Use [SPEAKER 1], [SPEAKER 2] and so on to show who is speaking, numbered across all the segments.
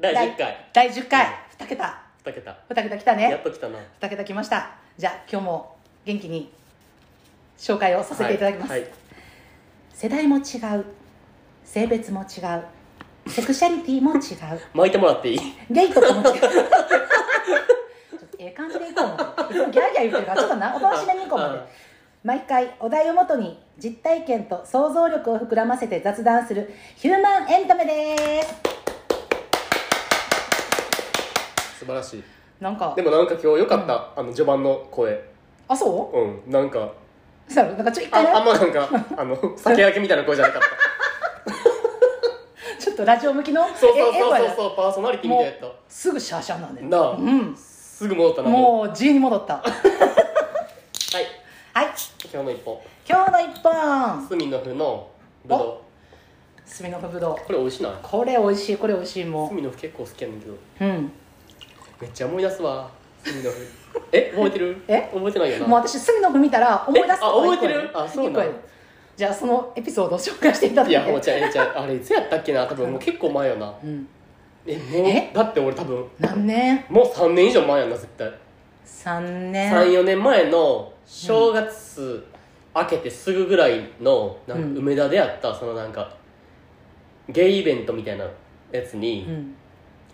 [SPEAKER 1] 第10回
[SPEAKER 2] 第10回2桁
[SPEAKER 1] 2桁
[SPEAKER 2] 2桁来た
[SPEAKER 1] や
[SPEAKER 2] ね
[SPEAKER 1] っと来たな
[SPEAKER 2] 2桁来ましたじゃあ今日も元気に紹介をさせていただきます、
[SPEAKER 1] はいはい
[SPEAKER 2] 世代も違う性別も違うセクシャリティも違う
[SPEAKER 1] 巻いてもらっていい
[SPEAKER 2] ゲイとかも 違うちょっとええ感じでいこうもいつもギャーギャー言ってるからちょっとなおとなしめにいこうまで
[SPEAKER 1] うん
[SPEAKER 2] 毎回お題をもとに実体験と想像力を膨らませて雑談するヒューマンエンタメです
[SPEAKER 1] 素晴らしい
[SPEAKER 2] なんか
[SPEAKER 1] でもなんか今日よかった、あの序盤の声
[SPEAKER 2] あそう
[SPEAKER 1] うんなんか
[SPEAKER 2] そうなんかちょ一
[SPEAKER 1] あ
[SPEAKER 2] 回ね
[SPEAKER 1] あんまなんかあ の酒焼けみたいな声じゃなかっ
[SPEAKER 2] ちょっとラジオ向きの
[SPEAKER 1] たそうそう
[SPEAKER 2] ええ
[SPEAKER 1] そう
[SPEAKER 2] 声
[SPEAKER 1] そう
[SPEAKER 2] だ
[SPEAKER 1] そうパーソナリティみ
[SPEAKER 2] も
[SPEAKER 1] たいやった
[SPEAKER 2] うすぐシャーシャーなんで
[SPEAKER 1] なあ
[SPEAKER 2] うん
[SPEAKER 1] すぐ戻ったなう
[SPEAKER 2] もう G に戻った
[SPEAKER 1] はい
[SPEAKER 2] はい
[SPEAKER 1] 今日の一本
[SPEAKER 2] 今日の一本
[SPEAKER 1] スミノフのぶど
[SPEAKER 2] スミノフブドウ
[SPEAKER 1] うこれ美味しない
[SPEAKER 2] これ美味しいこれ美味しい
[SPEAKER 1] ス
[SPEAKER 2] も
[SPEAKER 1] ミノフ結構好きやねんけど
[SPEAKER 2] ううん
[SPEAKER 1] めっちゃ思い出すわ スミノフえ覚えてる
[SPEAKER 2] え
[SPEAKER 1] 覚えてないよな
[SPEAKER 2] もう私スミノフ見たら思い出すことが一個や
[SPEAKER 1] あ覚えてるあそうなん
[SPEAKER 2] 一個やじゃあそのエピソードを紹介していただい
[SPEAKER 1] い
[SPEAKER 2] て
[SPEAKER 1] やもうじゃあえじゃああれいつやったっけな多分もう結構前よな
[SPEAKER 2] うん
[SPEAKER 1] えもう
[SPEAKER 2] え
[SPEAKER 1] だって俺多分
[SPEAKER 2] 何年
[SPEAKER 1] もう3年以上前やんな絶対
[SPEAKER 2] 3年
[SPEAKER 1] 34年前の正月明けてすぐぐらいのなんか
[SPEAKER 2] うん
[SPEAKER 1] 梅田でやったそのなんかゲイイベントみたいなやつに、
[SPEAKER 2] うん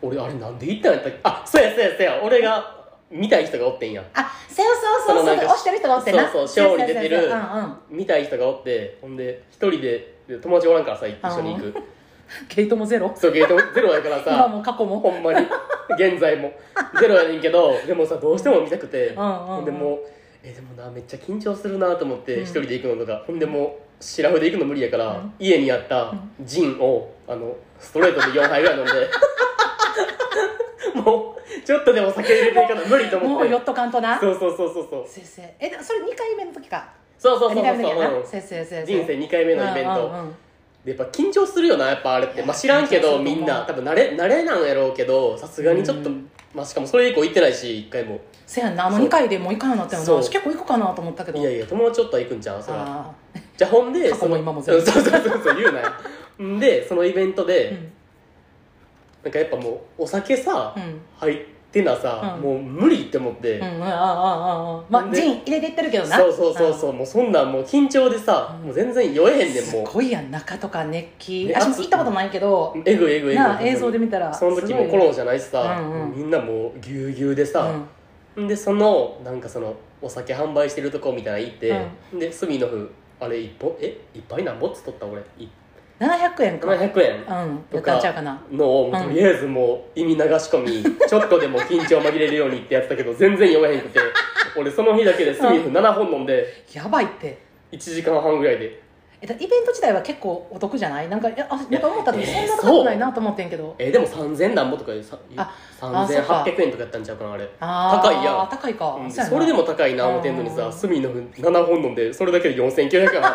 [SPEAKER 1] 俺あれなんで行ったんやったっけあそうやそうやそうや俺が見たい人がおってんや
[SPEAKER 2] あそうそうそう
[SPEAKER 1] そのな
[SPEAKER 2] そうん
[SPEAKER 1] か
[SPEAKER 2] 押してる人がおってな
[SPEAKER 1] そうそうショーに出てる
[SPEAKER 2] そうそうそうそううんうん
[SPEAKER 1] 見たい人がおってほんで一人でで友達おらんからさ一緒に行く
[SPEAKER 2] ゲートもゼロ
[SPEAKER 1] そうゲート ゼロやから
[SPEAKER 2] 今
[SPEAKER 1] さ
[SPEAKER 2] も過去も
[SPEAKER 1] ほんまに現在もゼロやねんけどでもさどうしても見たくて、
[SPEAKER 2] うんうんうん
[SPEAKER 1] ほんでもうえでもなめっちゃ緊張するなと思って
[SPEAKER 2] うん
[SPEAKER 1] 一人で行くのとか、ほんでもうシラフで行くの無理やから、
[SPEAKER 2] うん
[SPEAKER 1] 家にあったジンをあのストレートで4杯ぐら い飲んでもうちょっとでも酒入れていかない無理と思
[SPEAKER 2] も
[SPEAKER 1] っ
[SPEAKER 2] う
[SPEAKER 1] て
[SPEAKER 2] 寄っとかんとな
[SPEAKER 1] そうそうそうそうそう
[SPEAKER 2] 先生えでもそれ2回目の時か
[SPEAKER 1] そうそう
[SPEAKER 2] 2
[SPEAKER 1] そう
[SPEAKER 2] 回目の時や
[SPEAKER 1] そう、
[SPEAKER 2] な
[SPEAKER 1] う
[SPEAKER 2] ん先生先生
[SPEAKER 1] 人生2回目のイベント、でやっぱ緊張するよなやっぱあれっ
[SPEAKER 2] い
[SPEAKER 1] て、
[SPEAKER 2] や
[SPEAKER 1] まあ、知らんけ
[SPEAKER 2] 緊張す
[SPEAKER 1] ど
[SPEAKER 2] る
[SPEAKER 1] みん
[SPEAKER 2] と思
[SPEAKER 1] な
[SPEAKER 2] う
[SPEAKER 1] 多分慣れ慣れなんやろうけどさすがにちょっと、
[SPEAKER 2] うん
[SPEAKER 1] まあ、しかもそれ以降行ってないし一回も
[SPEAKER 2] せやんなあの2回でもう行かんようになったよな
[SPEAKER 1] そう
[SPEAKER 2] 私結構行くかなと思ったけど
[SPEAKER 1] いやいや友達ちょっとは行くんちゃうそら
[SPEAKER 2] あ
[SPEAKER 1] じゃあほん
[SPEAKER 2] 過
[SPEAKER 1] で
[SPEAKER 2] 去も
[SPEAKER 1] その
[SPEAKER 2] 今も
[SPEAKER 1] そ
[SPEAKER 2] 全
[SPEAKER 1] う
[SPEAKER 2] 部
[SPEAKER 1] そうそうそう言うなよ んでそのイベント
[SPEAKER 2] ー
[SPEAKER 1] で、
[SPEAKER 2] うん
[SPEAKER 1] なんかやっぱもうお酒さ、
[SPEAKER 2] うん
[SPEAKER 1] 入ってなさ、
[SPEAKER 2] うん
[SPEAKER 1] もう無理って思って、
[SPEAKER 2] うんうんああああああま
[SPEAKER 1] ほ
[SPEAKER 2] あ
[SPEAKER 1] んで
[SPEAKER 2] ジン入れていってるけどな
[SPEAKER 1] そうそうそうそうもうそんなんもう緊張でさ、
[SPEAKER 2] うん
[SPEAKER 1] もう全然酔えへんねん
[SPEAKER 2] す
[SPEAKER 1] もう
[SPEAKER 2] ごいやん中とか熱気
[SPEAKER 1] ね
[SPEAKER 2] 私も
[SPEAKER 1] 熱
[SPEAKER 2] 行ったことないけど
[SPEAKER 1] えぐいえぐいえぐい
[SPEAKER 2] なあ映像で見たら
[SPEAKER 1] その時
[SPEAKER 2] すごい
[SPEAKER 1] も
[SPEAKER 2] ね
[SPEAKER 1] コロナじゃないしさ、
[SPEAKER 2] うんうん
[SPEAKER 1] みんなもうぎゅうぎゅうでさ、
[SPEAKER 2] うん
[SPEAKER 1] でそのなんかそのお酒販売してるとこみたいなの行って、でスミノフあれ一本えいっぱい何ぼっつっとった俺い
[SPEAKER 2] 700円か
[SPEAKER 1] 700円
[SPEAKER 2] うん
[SPEAKER 1] と
[SPEAKER 2] やっ
[SPEAKER 1] か
[SPEAKER 2] たんちゃうかな
[SPEAKER 1] のを
[SPEAKER 2] ん
[SPEAKER 1] もうとりあえずもう意味流し込み、ちょっとでも緊張紛れるようにってやってたけど全然読めへんくて俺その日だけでスミノフ7本飲んで
[SPEAKER 2] やばいって
[SPEAKER 1] 1時間半ぐらいで
[SPEAKER 2] えだイベント自体は結構お得じゃないなんかいやあなんか思った時
[SPEAKER 1] い
[SPEAKER 2] そ
[SPEAKER 1] や
[SPEAKER 2] ん
[SPEAKER 1] えー
[SPEAKER 2] な高くないなと思ってんけど
[SPEAKER 1] えでも3000何ぼとかでさ
[SPEAKER 2] ああそっか
[SPEAKER 1] 3800円とかやったんちゃうかなあれ
[SPEAKER 2] あー
[SPEAKER 1] 高いやん
[SPEAKER 2] 高いか
[SPEAKER 1] うん
[SPEAKER 2] うやな
[SPEAKER 1] それでも高いな思ってんのに
[SPEAKER 2] う
[SPEAKER 1] さ
[SPEAKER 2] ん
[SPEAKER 1] スミノフ7本飲んでそれだけで4900円払ってさ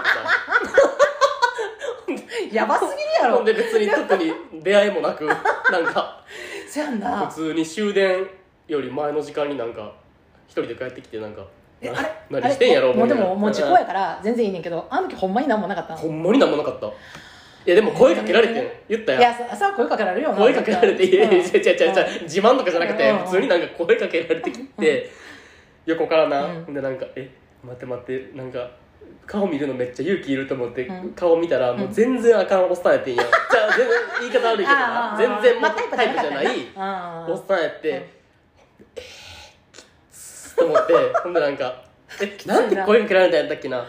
[SPEAKER 2] やばすぎるや
[SPEAKER 1] ほ
[SPEAKER 2] ろ
[SPEAKER 1] んで別に特に出会い もなくなんか
[SPEAKER 2] そやんな
[SPEAKER 1] 普通に終電より前の時間になんか一人で帰ってきてなんか
[SPEAKER 2] え
[SPEAKER 1] な
[SPEAKER 2] あれあ
[SPEAKER 1] 何
[SPEAKER 2] れ
[SPEAKER 1] してんやろ
[SPEAKER 2] もうで
[SPEAKER 1] 思いな
[SPEAKER 2] も
[SPEAKER 1] がら
[SPEAKER 2] もう事故やから全然いいねんけどあの時ほんまに何もなかった
[SPEAKER 1] ほんまになんもなかったいやでも声かけられてん、
[SPEAKER 2] え
[SPEAKER 1] 言ったやん
[SPEAKER 2] いやそそう声かけられるよな
[SPEAKER 1] 声かけられて、いやいや違う
[SPEAKER 2] うん
[SPEAKER 1] 違う違う違う自慢とかじゃなくて
[SPEAKER 2] うん
[SPEAKER 1] 普通になんか声かけられてきて横からな、
[SPEAKER 2] うん
[SPEAKER 1] ほんでなんか「え待って待ってなんか顔見るのめっちゃ勇気いると思って、
[SPEAKER 2] うん
[SPEAKER 1] 顔見たらもう全然あかんおっさんやって んや、じゃあ全然言い方悪いけど
[SPEAKER 2] あ
[SPEAKER 1] な
[SPEAKER 2] あ
[SPEAKER 1] 全然も
[SPEAKER 2] ま
[SPEAKER 1] う
[SPEAKER 2] あタイプ
[SPEAKER 1] タイプじゃない、
[SPEAKER 2] じゃない
[SPEAKER 1] おっさんやって、
[SPEAKER 2] うん
[SPEAKER 1] えーきつと思ってほんでなんか「 えなんて声かけられたんやったっけな?」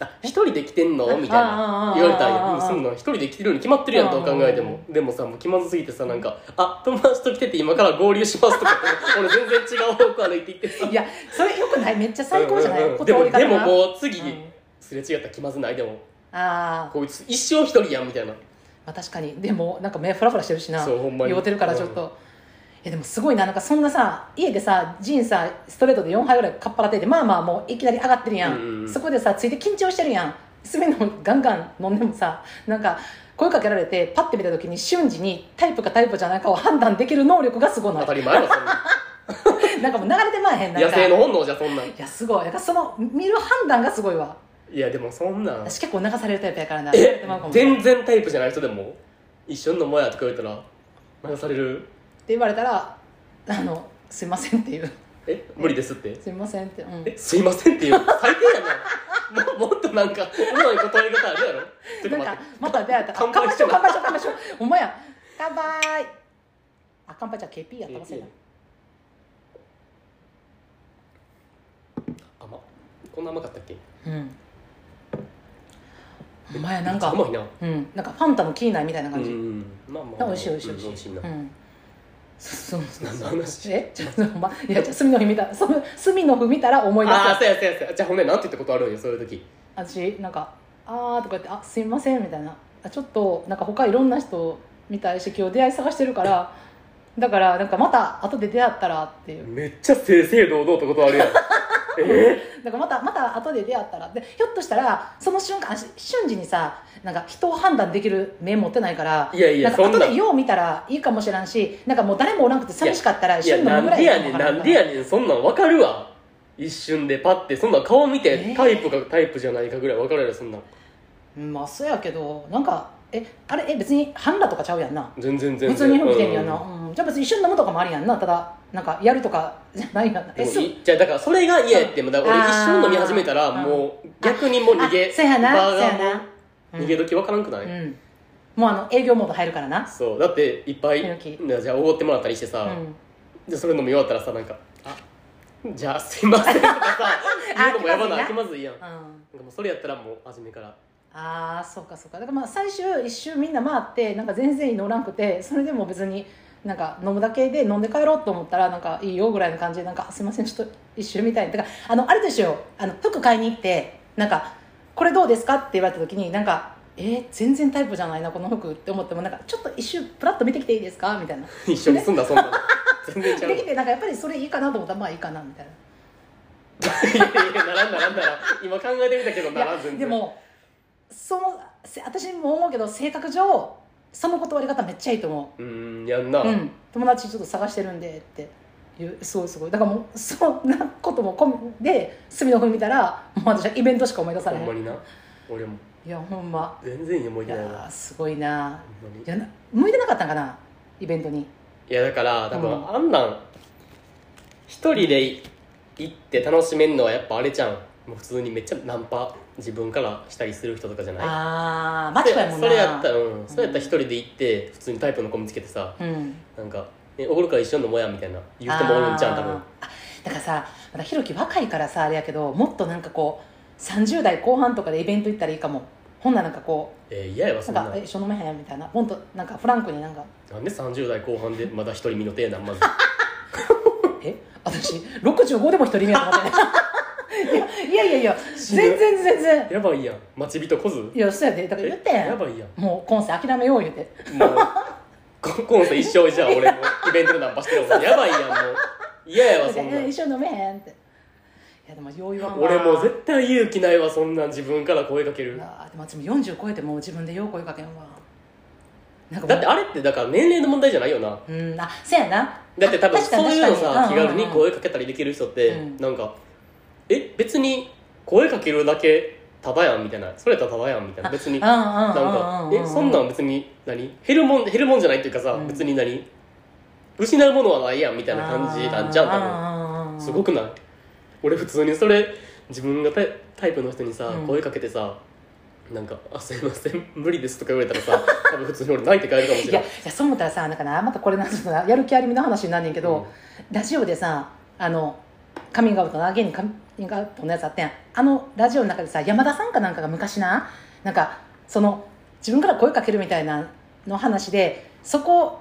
[SPEAKER 1] あ「一人で来てんの?」みたい
[SPEAKER 2] あああ
[SPEAKER 1] な
[SPEAKER 2] あ
[SPEAKER 1] 言われた
[SPEAKER 2] あ
[SPEAKER 1] ん
[SPEAKER 2] あ
[SPEAKER 1] や「うんそんなん一人で来てるに決まってるやんと考えてもでもさもう気まずすぎてさなんか「あ友達と来てて今から合流します」とか俺全然違う方向歩いて行ってさ
[SPEAKER 2] うんいやそれよくないめっちゃ最高じゃない、
[SPEAKER 1] うんうんうん
[SPEAKER 2] 断
[SPEAKER 1] でも
[SPEAKER 2] り方
[SPEAKER 1] でも
[SPEAKER 2] な
[SPEAKER 1] もう次
[SPEAKER 2] うん
[SPEAKER 1] すれ違ったら気まずないでも
[SPEAKER 2] ああ、
[SPEAKER 1] こいつ一生一人やんみたいな
[SPEAKER 2] まあ、確かにでもなんか目フラフラしてるしな
[SPEAKER 1] そうほんまに
[SPEAKER 2] 酔うてるからちょっと、えでもすごいななんかそんなさ家でさジンさストレートで4杯ぐらいかっぱらっててまあまあもういきなり上がってるやん、
[SPEAKER 1] うんうん
[SPEAKER 2] そこでさついて緊張してるやんすめのガンガン飲んでもさなんか声かけられてパッて見た時に瞬時にタイプかタイプじゃないかを判断できる能力がす ごいな
[SPEAKER 1] 当たり前やろそんなん
[SPEAKER 2] なんかもう流れてまえへんなんか
[SPEAKER 1] 野生の本能じゃそんなん
[SPEAKER 2] いやすごいだからその見る判断がすごいわ
[SPEAKER 1] いやでもそんなん
[SPEAKER 2] 私結構流されるタイプやからな流れ
[SPEAKER 1] え
[SPEAKER 2] てまうかも
[SPEAKER 1] 全然タイプじゃない人でも一緒に飲もうやとか言われたら流される
[SPEAKER 2] 言われたら「あのすいません」っていう
[SPEAKER 1] え無理ですって
[SPEAKER 2] 「すいません」って、うん、
[SPEAKER 1] えすいませんっていう最低やなももっとなんかうまい断り方あるやろちょっと
[SPEAKER 2] なん
[SPEAKER 1] 待っ
[SPEAKER 2] か
[SPEAKER 1] て
[SPEAKER 2] また出会った
[SPEAKER 1] 乾
[SPEAKER 2] 乾
[SPEAKER 1] 杯
[SPEAKER 2] 杯
[SPEAKER 1] し
[SPEAKER 2] し
[SPEAKER 1] よ
[SPEAKER 2] よ
[SPEAKER 1] う
[SPEAKER 2] う乾杯しよう乾杯しようお前や乾杯あ乾杯じゃ KP やった忘れた
[SPEAKER 1] 甘っこんな甘かったっけ
[SPEAKER 2] うんお前なんか
[SPEAKER 1] 甘いな
[SPEAKER 2] うんなんかファンタのキーナみたいな
[SPEAKER 1] う
[SPEAKER 2] 感じ、
[SPEAKER 1] んまあまあ
[SPEAKER 2] 美味しい美味しい
[SPEAKER 1] うん
[SPEAKER 2] 美
[SPEAKER 1] 美
[SPEAKER 2] 味
[SPEAKER 1] 味
[SPEAKER 2] し
[SPEAKER 1] し
[SPEAKER 2] い
[SPEAKER 1] い
[SPEAKER 2] うん
[SPEAKER 1] な
[SPEAKER 2] そうそう
[SPEAKER 1] 何
[SPEAKER 2] そ
[SPEAKER 1] の
[SPEAKER 2] う
[SPEAKER 1] 話
[SPEAKER 2] え ちょっとほんまいやじゃあ隅の日見たその隅の日見たら思い出す
[SPEAKER 1] ああそうやそうやそうやじゃあほんでなんて言ったことあるんよそういう時
[SPEAKER 2] 私なんか「あー」とか言って「あすいません」みたいなあちょっとなんか他いろんな人みたいし今日出会い探してるからだからなんかまた後で出会ったらっていう
[SPEAKER 1] めっちゃ正々堂々とことあるやんえ
[SPEAKER 2] だからまたまた後で出会ったらでひょっとしたらその瞬間私瞬時にさなんか人を判断できる目持ってないから
[SPEAKER 1] いやいや
[SPEAKER 2] なん
[SPEAKER 1] そ
[SPEAKER 2] か
[SPEAKER 1] んな
[SPEAKER 2] 後
[SPEAKER 1] ん
[SPEAKER 2] でよう見たらいいかもしれんしなんかもう誰もおらんくて寂しかったら
[SPEAKER 1] いや
[SPEAKER 2] 瞬の日
[SPEAKER 1] な
[SPEAKER 2] ぐ
[SPEAKER 1] ん
[SPEAKER 2] ら
[SPEAKER 1] で
[SPEAKER 2] い
[SPEAKER 1] やねん
[SPEAKER 2] かな
[SPEAKER 1] なんでやねんそんなん分かるわ一瞬でパッてそんなん顔見て
[SPEAKER 2] え
[SPEAKER 1] タイプかタイプじゃないかぐらい分かるやろそんなん
[SPEAKER 2] まあそうやけどなんかえあれえ別に半裸とかちゃうやんな
[SPEAKER 1] 全然全然
[SPEAKER 2] 普通に服着てんやな、
[SPEAKER 1] う
[SPEAKER 2] うんじゃあ別に一緒に飲むとかもありやんなただなんかやるとかじゃないやんな
[SPEAKER 1] でも
[SPEAKER 2] そう
[SPEAKER 1] いじゃあだからそれが嫌やってもだから俺
[SPEAKER 2] あー
[SPEAKER 1] 一緒に飲み始めたら
[SPEAKER 2] うん
[SPEAKER 1] もう逆にもう逃げ
[SPEAKER 2] あそうやな
[SPEAKER 1] バ
[SPEAKER 2] そ
[SPEAKER 1] ー
[SPEAKER 2] う
[SPEAKER 1] ガ
[SPEAKER 2] や
[SPEAKER 1] ーも
[SPEAKER 2] な
[SPEAKER 1] 逃げ時分からんくない、
[SPEAKER 2] うん、うんもうあの営業モード入るからな
[SPEAKER 1] そうだっていっぱい
[SPEAKER 2] えのき
[SPEAKER 1] じゃあおごってもらったりしてさ、
[SPEAKER 2] うん
[SPEAKER 1] でそれ飲み終わったらさなんか「あじゃあすいません」とかさ言うのもやばな
[SPEAKER 2] あ
[SPEAKER 1] 気
[SPEAKER 2] 気
[SPEAKER 1] まずいやんなんか
[SPEAKER 2] うん
[SPEAKER 1] もうそれやったらもう初めから
[SPEAKER 2] ああそうかそうかだからまあ最終一周みんな回ってなんか全然乗らんくてそれでも別になんか飲むだけで飲んで帰ろうと思ったらなんかいいよぐらいの感じでなんかあすいませんちょっと一周みたいなだからあのあれでしょあの服買いに行ってなんかこれどうですかって言われた時になんかえー、全然タイプじゃないなこの服って思ってもなんかちょっと一周プラッと見てきていいですかみたいな
[SPEAKER 1] 一緒に住んだそ んなの全然ちゃう
[SPEAKER 2] できてなんかやっぱりそれいいかなと思ったらまあいいかなみたいない
[SPEAKER 1] やいやならんならんなら今考えてみたけど
[SPEAKER 2] い
[SPEAKER 1] なら
[SPEAKER 2] や
[SPEAKER 1] ん全然
[SPEAKER 2] でもそのせ私も思うけど性格上その断り方めっちゃいいと思う
[SPEAKER 1] うーんやんな、
[SPEAKER 2] うん、友達ちょっと探してるんでって言うすごいすごいだからもうそんなことも込みで隅の方見たらもう私はイベントしか思い出さ
[SPEAKER 1] ほ
[SPEAKER 2] ない
[SPEAKER 1] んまにな俺も
[SPEAKER 2] いやほんま
[SPEAKER 1] 全然いい思い
[SPEAKER 2] い
[SPEAKER 1] 出
[SPEAKER 2] や
[SPEAKER 1] ないな
[SPEAKER 2] ーすごいな
[SPEAKER 1] ほんまに
[SPEAKER 2] いやな向いてなかったんかなイベントに
[SPEAKER 1] いやだから多分、
[SPEAKER 2] うん
[SPEAKER 1] あんなん一人でい行って楽しめんのはやっぱあれじゃんもう普通にめっちゃナンパ自分からしたりする人とかじゃない
[SPEAKER 2] ああマチコやもん
[SPEAKER 1] そ
[SPEAKER 2] な
[SPEAKER 1] れやったら、うん、それやったら一人で行って普通にタイプの子見つけてさ
[SPEAKER 2] うん
[SPEAKER 1] なんか「えおごるから一緒に飲もうや」みたいな言う人もおるんちゃう多分
[SPEAKER 2] あーあだからさまだひろき若いからさあれやけどもっとなんかこう30代後半とかでイベント行ったらいいかもほんならなんかこ
[SPEAKER 1] えー嫌、やわ
[SPEAKER 2] う
[SPEAKER 1] そん
[SPEAKER 2] な
[SPEAKER 1] なん
[SPEAKER 2] か「え一緒飲めへん?」みたいなほんとなんかフランクになんか
[SPEAKER 1] なんで30代後半でまだ一人身の手やなんまず
[SPEAKER 2] え私65でも一人目やと思ってね いやいやいやいや 全然全然
[SPEAKER 1] やばいやん待ち人来ず
[SPEAKER 2] いやそうやでだから言って
[SPEAKER 1] えや
[SPEAKER 2] ん
[SPEAKER 1] ばいやん
[SPEAKER 2] もう今世諦めよう言うて
[SPEAKER 1] もうこ今世一生じゃあ俺もイベントでナンパしてるもんやばいやんもう嫌やわそんな
[SPEAKER 2] え
[SPEAKER 1] ん
[SPEAKER 2] 一緒に飲めへんっていやでもよう言わんわ
[SPEAKER 1] 俺もう絶対勇気ないわそんなん自分から声かける
[SPEAKER 2] あでも私も40超えてもう自分でよう声かけんわなんかもう
[SPEAKER 1] だってあれってだから年齢の問題じゃないよな
[SPEAKER 2] うんあせやな
[SPEAKER 1] だって多分
[SPEAKER 2] 確かに
[SPEAKER 1] そういうのさ気
[SPEAKER 2] 確か
[SPEAKER 1] 軽に声かけたりできる人って
[SPEAKER 2] うん
[SPEAKER 1] なんかえ別に声かけるだけただやんみたいなそれやったらただやんみたいな別に
[SPEAKER 2] うんうんうん
[SPEAKER 1] なんかえそんなん別に何減るもん減るもんじゃないっていうかさ
[SPEAKER 2] うん
[SPEAKER 1] 別に何失うものはないやんみ
[SPEAKER 2] み
[SPEAKER 1] たいな感じなんじゃん多分
[SPEAKER 2] 分
[SPEAKER 1] すごくない俺普通にそれ自分がタイタイプの人にさ
[SPEAKER 2] うん
[SPEAKER 1] 声かけてさなんか「あすいません無理です」とか言われたら さ多分普通に俺泣いて帰るかもし
[SPEAKER 2] い
[SPEAKER 1] れ
[SPEAKER 2] や
[SPEAKER 1] ない
[SPEAKER 2] いやそう思ったらさなんかなまたこれなんですやる気ありみの話になんねんけど、ラジオでさあのカミングアウトのアゲインにカミングアウトのやつあってんあのラジオの中でさ山田さんかなんかが昔ななんかその自分から声かけるみたいなの話でそこ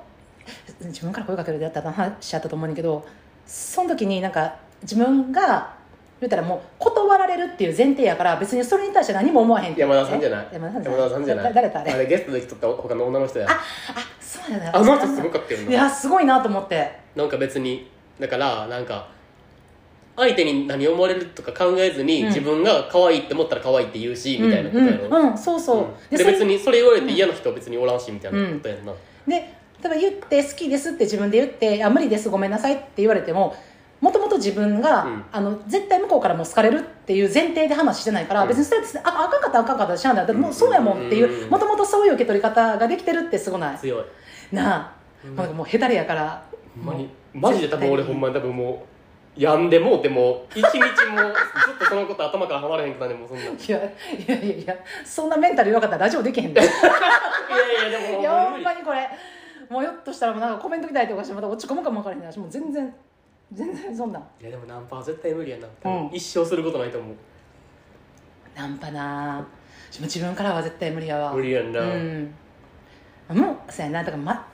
[SPEAKER 2] 自分から声かけるでやった話やったと思うねんだけどその時になんか自分が言ったらもう断られるっていう前提やから別にそれに対して何も思わへんって
[SPEAKER 1] 山田さんじゃない
[SPEAKER 2] え山田さんじゃない
[SPEAKER 1] 山田さんじゃない
[SPEAKER 2] だ誰だあれ
[SPEAKER 1] あれゲストで来とった他の女の人や
[SPEAKER 2] ああそうだよね
[SPEAKER 1] あの人すごかったよ
[SPEAKER 2] い
[SPEAKER 1] な
[SPEAKER 2] やすごいなと思って
[SPEAKER 1] なんか別にだからなんか相手に何思われるとか考えずに、
[SPEAKER 2] うん
[SPEAKER 1] 自分が可愛いって思ったら可愛いって言うし、みたいなことやろ、
[SPEAKER 2] うんうんうんそうそう、
[SPEAKER 1] うんで
[SPEAKER 2] それ
[SPEAKER 1] 別にそれ言われて嫌な人は別におらんしみたいなことやんな、
[SPEAKER 2] で例えば言って「好きです」って自分で言って「あ無理ですごめんなさい」って言われてももともと自分が、
[SPEAKER 1] うん
[SPEAKER 2] あの絶対向こうからも好かれるっていう前提で話してないから、
[SPEAKER 1] うん
[SPEAKER 2] 別にそれってああかんかったらあかんかったらしゃあないだってもうそうやもんっていううもともとそういう受け取り方ができてるってすごない
[SPEAKER 1] 強い
[SPEAKER 2] なあ
[SPEAKER 1] う
[SPEAKER 2] も
[SPEAKER 1] ん
[SPEAKER 2] うなんかもうヘタレやから
[SPEAKER 1] ほんまに
[SPEAKER 2] も
[SPEAKER 1] マジで多分俺
[SPEAKER 2] 絶対に
[SPEAKER 1] ほんまに多分もう病んでもうてもう一日もうずっとそのこと頭から離れへんくなるねんもうそんなんい う
[SPEAKER 2] いやいやいやいやそんなメンタル弱かったらラジオでき へんでい
[SPEAKER 1] やいやでも
[SPEAKER 2] や
[SPEAKER 1] もう
[SPEAKER 2] ほ
[SPEAKER 1] 無
[SPEAKER 2] ん
[SPEAKER 1] 理
[SPEAKER 2] まにこれもうよっとしたらもうなんかコメントみたいとかしてまた落ち込むかも分からへんなしもう全然全然そんなん
[SPEAKER 1] いやでもナンパは絶対無理やな、
[SPEAKER 2] うん
[SPEAKER 1] 一生することないと思う
[SPEAKER 2] ナンパなあでも自分からは絶対無理やわ
[SPEAKER 1] 無理やんな、
[SPEAKER 2] うんもうそうやなだからま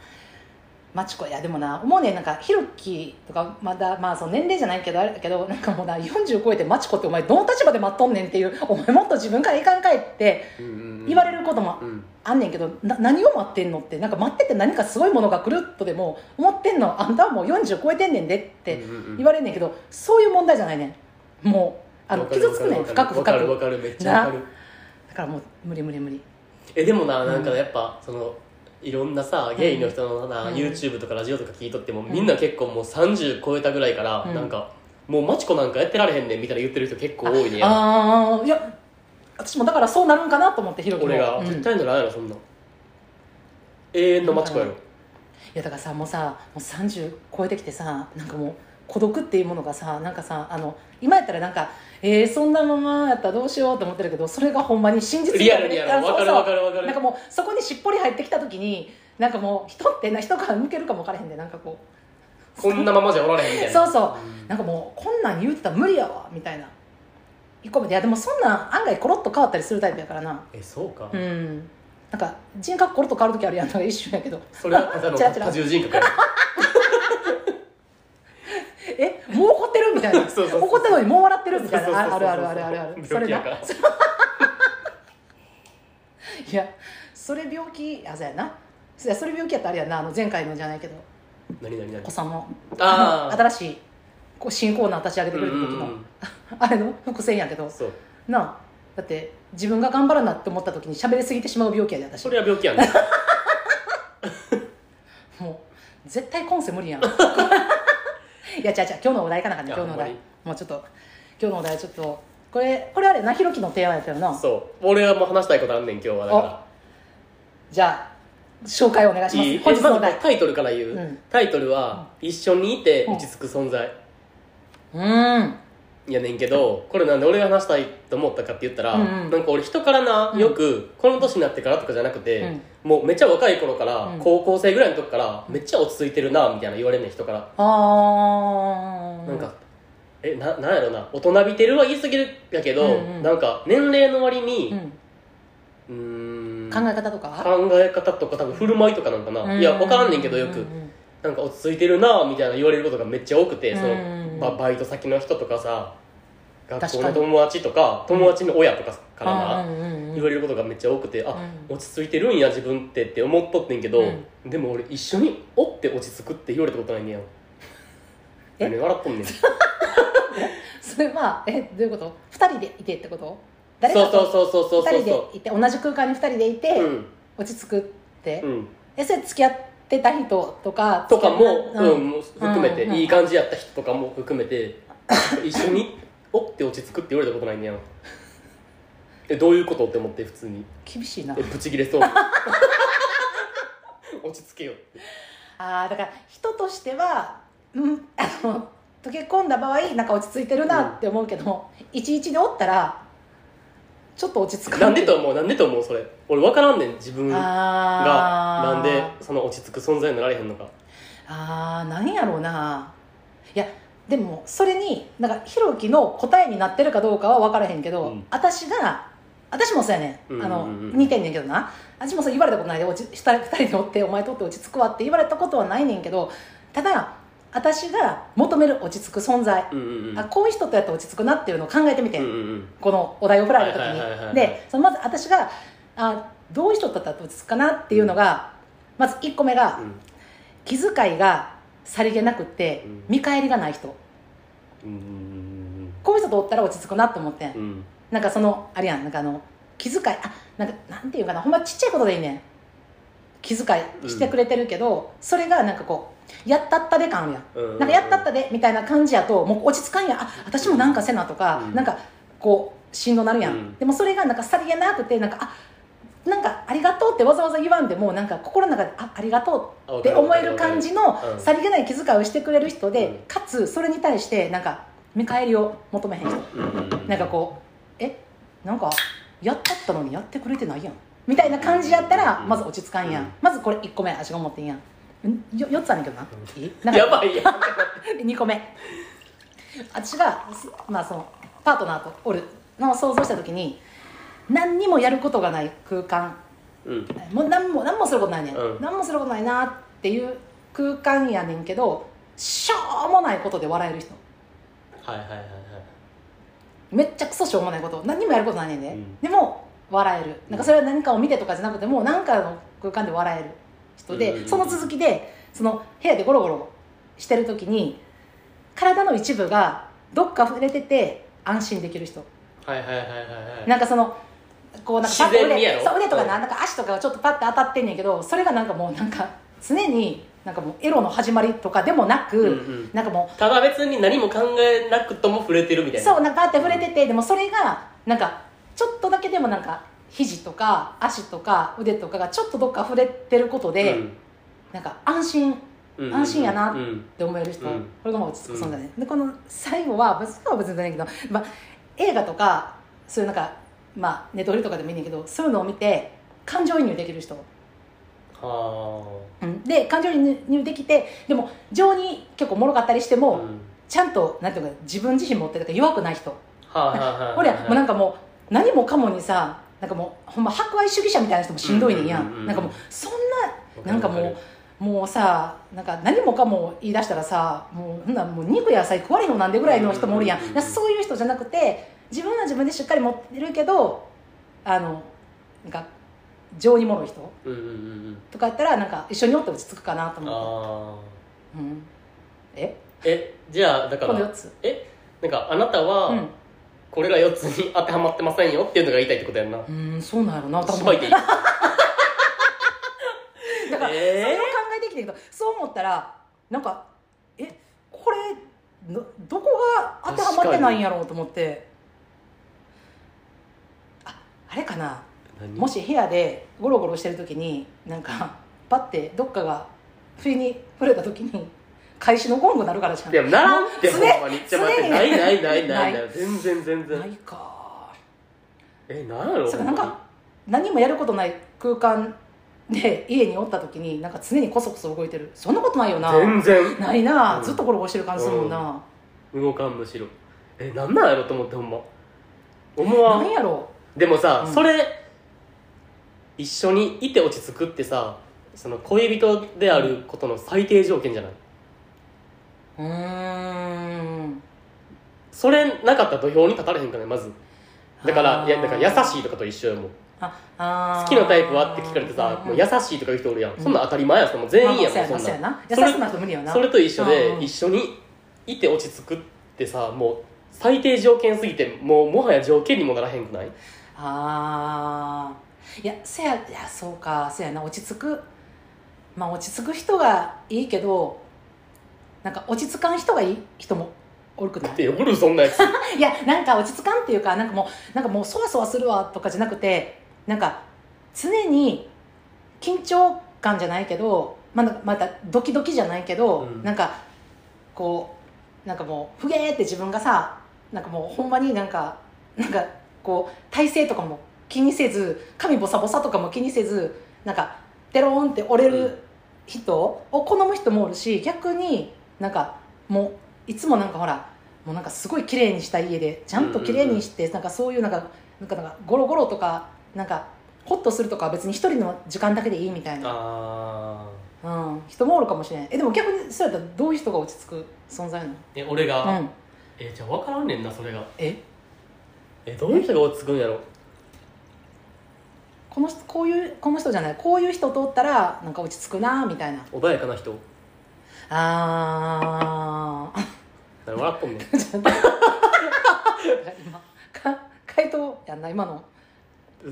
[SPEAKER 2] マチコいやでもな思うねんなんかひろきとかまだまあその年齢じゃないけどあれだけどなんかもうな40超えてマチコってお前どの立場で待っとんねんっていうお前もっと自分からいかんかいって
[SPEAKER 1] うんうんうん
[SPEAKER 2] 言われることも
[SPEAKER 1] うん
[SPEAKER 2] あんねんけどな何を待ってんのってなんか待ってて何かすごいものが来るとでも思ってんのあんたはもう40超えてんねんでって言われんねんけどそういう問題じゃないねんもうあの
[SPEAKER 1] わかる
[SPEAKER 2] 傷つくねん
[SPEAKER 1] わ
[SPEAKER 2] 深く深
[SPEAKER 1] かるわ
[SPEAKER 2] く
[SPEAKER 1] かるわかるめっちゃわかる
[SPEAKER 2] だからもう無理無理無理
[SPEAKER 1] えでもななんかやっぱ、そのいろんなさゲイの人のな、
[SPEAKER 2] うん
[SPEAKER 1] YouTube とかラジオとか聞いとっても、
[SPEAKER 2] ん
[SPEAKER 1] みんな結構もう30超えたぐらいから、
[SPEAKER 2] うん
[SPEAKER 1] なんかもうマチコなんかやってられへんねんみたいな言ってる人結構多いねや
[SPEAKER 2] ああいや私もだからそうなるんかなと思ってひろきも
[SPEAKER 1] 俺が、
[SPEAKER 2] うん
[SPEAKER 1] 絶対ならんやろそんなん永遠のマチコやろ、
[SPEAKER 2] いやだからさもうさもう30超えてきてさなんかもう孤独っていうものがさなんかさあの今やったらなんかえー、そんなままやったらどうしようと思ってるけどそれがほんまに真実
[SPEAKER 1] リアルにやろ
[SPEAKER 2] あそう
[SPEAKER 1] わか
[SPEAKER 2] そう
[SPEAKER 1] るわかるわかる
[SPEAKER 2] なんかもうそこにしっぽり入ってきた時になんかもう人ってな人から抜けるかも分からへんでなんかこ
[SPEAKER 1] こんなままじゃおられへんみた
[SPEAKER 2] う
[SPEAKER 1] いな
[SPEAKER 2] そうそう
[SPEAKER 1] うん
[SPEAKER 2] なんかもうこんなん言うてたら無理やわみたいな一個目でいやでもそんなん案外コロッと変わったりするタイプやからな
[SPEAKER 1] えそうか、
[SPEAKER 2] うんなんか人格コロッと変わる時あるやんなんか一瞬やけど
[SPEAKER 1] それはた だの
[SPEAKER 2] チラチラ
[SPEAKER 1] 多重人格や
[SPEAKER 2] えもう怒ってるみたいな
[SPEAKER 1] そうそうそう
[SPEAKER 2] 怒ったのにもう笑ってるみたい
[SPEAKER 1] そうそうそうそ
[SPEAKER 2] なあ
[SPEAKER 1] う
[SPEAKER 2] るあるあるあるあるそ
[SPEAKER 1] 病
[SPEAKER 2] れ
[SPEAKER 1] 気
[SPEAKER 2] な
[SPEAKER 1] や
[SPEAKER 2] い
[SPEAKER 1] から
[SPEAKER 2] やそれ病気あそうやなそやそれ病気やったらあれやなあの前回のじゃないけど
[SPEAKER 1] 何 何何
[SPEAKER 2] 子さんも
[SPEAKER 1] あ ー
[SPEAKER 2] の新しいこう新コーナー立ち上げてくれた時
[SPEAKER 1] うんう
[SPEAKER 2] の
[SPEAKER 1] んうん
[SPEAKER 2] あれの伏線やけど
[SPEAKER 1] そう
[SPEAKER 2] なあだって自分が頑張らなって思った時に喋りすぎてしまう病気やで私
[SPEAKER 1] それは病気やね
[SPEAKER 2] もう絶対今世無理やん いや違う違う今日のお題かなんかね
[SPEAKER 1] いや
[SPEAKER 2] 今日のお
[SPEAKER 1] ほ
[SPEAKER 2] 題
[SPEAKER 1] んま
[SPEAKER 2] もうちょっと今日のお題ちょっとこれこれあれなひろきの提案やったよな
[SPEAKER 1] そう俺はもう話したいことあんねん今日はだから
[SPEAKER 2] じゃあ紹介お願いします
[SPEAKER 1] いい
[SPEAKER 2] 本日のお
[SPEAKER 1] ま
[SPEAKER 2] 題
[SPEAKER 1] ずタイトルから言う、
[SPEAKER 2] うん
[SPEAKER 1] タイトルは「一緒にいて
[SPEAKER 2] うん
[SPEAKER 1] 落ち着く存在
[SPEAKER 2] うーん」
[SPEAKER 1] やねんけどこれなんで俺が話したいと思ったかって言ったら、
[SPEAKER 2] うんうん
[SPEAKER 1] なんか俺人からな、
[SPEAKER 2] うん
[SPEAKER 1] よくこの年になってからとかじゃなくて、
[SPEAKER 2] うん
[SPEAKER 1] もうめっちゃ若い頃から、
[SPEAKER 2] うん
[SPEAKER 1] 高校生ぐらいの時からめっちゃ落ち着いてるなみたいな言われんねん人から、
[SPEAKER 2] あー
[SPEAKER 1] なんかえななんやろな大人びてるは言い過ぎるやけど、
[SPEAKER 2] うんうん
[SPEAKER 1] なんか年齢の割
[SPEAKER 2] う
[SPEAKER 1] に
[SPEAKER 2] ん、
[SPEAKER 1] うーん
[SPEAKER 2] 考え方とか
[SPEAKER 1] 考え方とか多分振る舞いとかなんかな、いや分からんねんけどよ
[SPEAKER 2] う
[SPEAKER 1] く、
[SPEAKER 2] んうん
[SPEAKER 1] なんか落ち着いてるなぁみたいな言われることがめっちゃ多くて、そ
[SPEAKER 2] うん
[SPEAKER 1] のババイト先の人とかさ学校
[SPEAKER 2] 確
[SPEAKER 1] の
[SPEAKER 2] かに
[SPEAKER 1] 友達とか友達の親とかから
[SPEAKER 2] う
[SPEAKER 1] なん
[SPEAKER 2] うんうん
[SPEAKER 1] 言われることがめっちゃ多くて、あ
[SPEAKER 2] うん
[SPEAKER 1] 落ち着いてるんや自分ってって思っとってんけど、
[SPEAKER 2] う
[SPEAKER 1] でも俺一緒におって落ち着くって言われたことないねんや
[SPEAKER 2] え
[SPEAKER 1] 何笑っとんねんそう
[SPEAKER 2] それはえどういうこと二人でいてってこと誰
[SPEAKER 1] そ
[SPEAKER 2] か
[SPEAKER 1] う
[SPEAKER 2] と
[SPEAKER 1] そうそうそう
[SPEAKER 2] 二
[SPEAKER 1] そ
[SPEAKER 2] 人
[SPEAKER 1] うそ
[SPEAKER 2] でいて同じ空間に二人でいて、
[SPEAKER 1] ううん
[SPEAKER 2] 落ち着くって、
[SPEAKER 1] うん
[SPEAKER 2] えそれ付き合ってた人とか
[SPEAKER 1] とかも、
[SPEAKER 2] 付き合
[SPEAKER 1] う
[SPEAKER 2] っ
[SPEAKER 1] ん、もう含めて、
[SPEAKER 2] うんうん
[SPEAKER 1] いい感じやった人とかも含めて 一緒におって落ち着くって言われたことないねんやえどういうことって思って普通に
[SPEAKER 2] 厳しいな
[SPEAKER 1] えブチギ レそう落ち着けよって
[SPEAKER 2] あーだから人としてはうんあの溶け込んだ場合なんか落ち着いてるなって思うけど、いちいちでおったらちょっと落ち着か
[SPEAKER 1] なんでと思うなんでと思うそれ俺分からんねん自分が
[SPEAKER 2] あー
[SPEAKER 1] なんでその落ち着く存在になられへんのか
[SPEAKER 2] あーなんやろうないやでもそれになんかひろきの答えになってるかどうかは分からへんけど、
[SPEAKER 1] うん
[SPEAKER 2] 私が私もそうやねん,、
[SPEAKER 1] うんうんうん
[SPEAKER 2] あの似てんねんけどな私もそう言われたことないで落ち二人二人でおってお前とって落ち着くわって言われたことはないねんけどただ私が求める落ち着く存在、
[SPEAKER 1] うんうんうん
[SPEAKER 2] あこういう人とやったら落ち着くなっていうのを考えてみて、
[SPEAKER 1] うんうんうん
[SPEAKER 2] このお題を振られた時に、
[SPEAKER 1] はいはいはいはい
[SPEAKER 2] でそのまず私があどういう人だったら落ち着くかなっていうのが、まず1個目が、気遣いがさりげなくって、
[SPEAKER 1] うん
[SPEAKER 2] 見返りがない人
[SPEAKER 1] うんうん
[SPEAKER 2] こういう人とおったら落ち着くなと思ってん、
[SPEAKER 1] うんうん
[SPEAKER 2] なんかそのあれやんなんかあの気遣いあなんかなんていうかなほんまちっちゃいことでいいねん気遣いしてくれてるけど、それがなんかこうやったったで感あるやん
[SPEAKER 1] うんうん
[SPEAKER 2] なんかやったったでみたいな感じやともう落ち着かんやんあ私もなんかせなとか、
[SPEAKER 1] うん
[SPEAKER 2] なんかこうしんどなるやん、
[SPEAKER 1] うん
[SPEAKER 2] でもそれがなんかさりげなくてなんかあなんかありがとううってわざわざ言わんでもなんか心の中であありがとうって思える感じ
[SPEAKER 1] わ
[SPEAKER 2] の
[SPEAKER 1] かるわかる
[SPEAKER 2] さりげない気遣いをしてくれる人で、
[SPEAKER 1] うん
[SPEAKER 2] かつそれに対してなんか見返りを求めへん人なんかこうえなんかやったったのにやってくれてないやんみたいな感じやったら
[SPEAKER 1] うん
[SPEAKER 2] まず落ち着かんやん、
[SPEAKER 1] うん
[SPEAKER 2] まずこれ1個目足が持ってんやんんよ4つあるんだけどなえなんか
[SPEAKER 1] やばいやん
[SPEAKER 2] 2個目私が、すまあ、そのパートナーとおるのを想像した時に何にもやることがない空間
[SPEAKER 1] うん
[SPEAKER 2] もう何も何もすることないねん、
[SPEAKER 1] うん
[SPEAKER 2] 何もすることないなっていう空間やねんけどしょうもないことで笑える人
[SPEAKER 1] はいはいはいはい
[SPEAKER 2] めっちゃクソしょうもないこと何にもやることないねんで、
[SPEAKER 1] うん
[SPEAKER 2] でも笑えるなんかそれは何かを見てとかじゃなくても何かの空間で笑える人で、
[SPEAKER 1] うんうんうん
[SPEAKER 2] その続きでその部屋でゴロゴロしてる時に体の一部がどっか触れてて安心できる人
[SPEAKER 1] はいはいはいはいはい
[SPEAKER 2] なんかそのこうなんかパッと
[SPEAKER 1] 自然にや
[SPEAKER 2] 腕
[SPEAKER 1] ろ
[SPEAKER 2] そう腕とか
[SPEAKER 1] うん
[SPEAKER 2] ななんか足とかがちょっとパッて当たってんねんけどそれがなんかもうなんか常になんかもうエロの始まりとかでもなく、
[SPEAKER 1] うんうん
[SPEAKER 2] なんかも
[SPEAKER 1] ただ別に何も考えなくとも触れてるみた
[SPEAKER 2] う
[SPEAKER 1] いな
[SPEAKER 2] そうなんかパッて触れててでもそれがなんかちょっとだけでもなんか肘とか足とか腕とかがちょっとどっか触れてることで、なんか安心っ
[SPEAKER 1] うんうん
[SPEAKER 2] 安心やな
[SPEAKER 1] うん
[SPEAKER 2] て思える人、
[SPEAKER 1] うん
[SPEAKER 2] これがもう落ち着く存在ね、でこの最後は別には別にじゃないけど、まあ、映画とかそういうなんかまあネットフリとかでもいいねんだけどそういうのを見て感情移入できる人
[SPEAKER 1] は
[SPEAKER 2] うんで感情移入できてでも情に結構もろかったりして
[SPEAKER 1] あ
[SPEAKER 2] も、
[SPEAKER 1] うん
[SPEAKER 2] ちゃんとなんていうか自分自身持ってるから弱くない人
[SPEAKER 1] はいはいはいはい
[SPEAKER 2] 俺もうなんかもう何もかもにさなんかもうほんま博愛主義者みたいな人もしんどいねんや、
[SPEAKER 1] うんうんうんうん
[SPEAKER 2] なんかもうそんななんかもうもうさなんか何もかも言い出したらさもうほんなんもう肉や野菜食われへんのなんでぐらいの人もおるやん,、
[SPEAKER 1] うんうんうんうん
[SPEAKER 2] そういう人じゃなくて自分は自分でしっかり持ってるけどあのなんか情にもろい人
[SPEAKER 1] うんうんうんうん
[SPEAKER 2] とかやったらなんか一緒におって落ち着くかなと思って、う
[SPEAKER 1] あ
[SPEAKER 2] ん、え
[SPEAKER 1] ーえじゃあだか
[SPEAKER 2] この4
[SPEAKER 1] ら
[SPEAKER 2] つ
[SPEAKER 1] えなんかあなた
[SPEAKER 2] う
[SPEAKER 1] は
[SPEAKER 2] ん
[SPEAKER 1] これら4つに当てはまってませんよっていうのが言いたいってことやんな
[SPEAKER 2] うーんそうなんやろな多
[SPEAKER 1] し
[SPEAKER 2] 分
[SPEAKER 1] ばいていい
[SPEAKER 2] だから、
[SPEAKER 1] えー
[SPEAKER 2] それを考えてきてんけどそう思ったらなんかえこれのどこが当てはまってないんやろうと思ってああれかなもし部屋でゴロゴロしてる時になんかパッてどっかが不意に触れた時に開始のゴングなるからじゃん
[SPEAKER 1] いやならんって
[SPEAKER 2] もう
[SPEAKER 1] ほ
[SPEAKER 2] ん常
[SPEAKER 1] まにちょ
[SPEAKER 2] 常
[SPEAKER 1] っと待って
[SPEAKER 2] に
[SPEAKER 1] ないないないな
[SPEAKER 2] ないい
[SPEAKER 1] ない全然全
[SPEAKER 2] な
[SPEAKER 1] 然
[SPEAKER 2] いか
[SPEAKER 1] えなんやろ
[SPEAKER 2] そうかなんか何もやることない空間で家におった時になんか常にこそこそ動いてるそんなことないよな
[SPEAKER 1] 全然
[SPEAKER 2] ないな、
[SPEAKER 1] うん
[SPEAKER 2] ずっとゴロゴロしてる感じするもんな、
[SPEAKER 1] 動かんむしろえなんなんやろと思ってほんま思
[SPEAKER 2] な
[SPEAKER 1] わ
[SPEAKER 2] ん
[SPEAKER 1] ん
[SPEAKER 2] やろ
[SPEAKER 1] でもさ、
[SPEAKER 2] うん
[SPEAKER 1] それ一緒にいて落ち着くってさその恋人であることの最低条件じゃないう
[SPEAKER 2] うーん
[SPEAKER 1] それなかったら土俵に立たれへんからねまずだか
[SPEAKER 2] あ
[SPEAKER 1] ら
[SPEAKER 2] ー
[SPEAKER 1] いやだから優しいとかと一緒よもう
[SPEAKER 2] ああー
[SPEAKER 1] 好きなタイプはって聞かれてさもう優しいとか言う人おるやん、そんなん当たり前やんそんなん全員やん、
[SPEAKER 2] まあま
[SPEAKER 1] も
[SPEAKER 2] あ
[SPEAKER 1] う
[SPEAKER 2] そう
[SPEAKER 1] そん
[SPEAKER 2] や
[SPEAKER 1] なん
[SPEAKER 2] な
[SPEAKER 1] そ
[SPEAKER 2] 優
[SPEAKER 1] ん
[SPEAKER 2] し
[SPEAKER 1] な
[SPEAKER 2] くなく無理やな
[SPEAKER 1] それと一緒
[SPEAKER 2] うんう
[SPEAKER 1] で
[SPEAKER 2] ん
[SPEAKER 1] 一緒にいて落ち着くってさもう最低条件すぎてもうもはや条件にもならへんくない
[SPEAKER 2] ああいやせやいやそうかせやな落ち着くまあ落ち着く人がいいけどなんか落ち着かん人がいい人もおるくない
[SPEAKER 1] っておるそんなやつ
[SPEAKER 2] いやなんか落ち着かんっていうかなんかもうなんかもうそわそわするわとかじゃなくてなんか常に緊張感じゃないけど、まあ、なんかまたドキドキじゃないけど、
[SPEAKER 1] うん
[SPEAKER 2] なんかこうなんかもうふげーって自分がさなんかもうほんまになんかなんかこう体勢とかも気にせず髪ボサボサとかも気にせずなんかテローンって折れ
[SPEAKER 1] うん
[SPEAKER 2] る人を好む人もおるし逆になんかもういつもなんかほらもうなんかすごい綺麗にした家でちゃんと綺麗にして、なんかそういうなんかなんかなんかゴロゴロとかなんかホッとするとかは別に一人の時間だけでいいみたいな、
[SPEAKER 1] あ
[SPEAKER 2] うん、人もおるかもしれないえでも逆にそうやったらどういう人が落ち着く存在なの
[SPEAKER 1] え俺が、
[SPEAKER 2] うん
[SPEAKER 1] えじゃあ分からんねんなそれが
[SPEAKER 2] え
[SPEAKER 1] えどういう人が落ち着くんやろ
[SPEAKER 2] この人こういうこの人じゃないこういう人通ったらなんか落ち着くなみたいな
[SPEAKER 1] 穏やかな人
[SPEAKER 2] あ ー
[SPEAKER 1] 何笑っとんねん
[SPEAKER 2] 今か回答やんな今の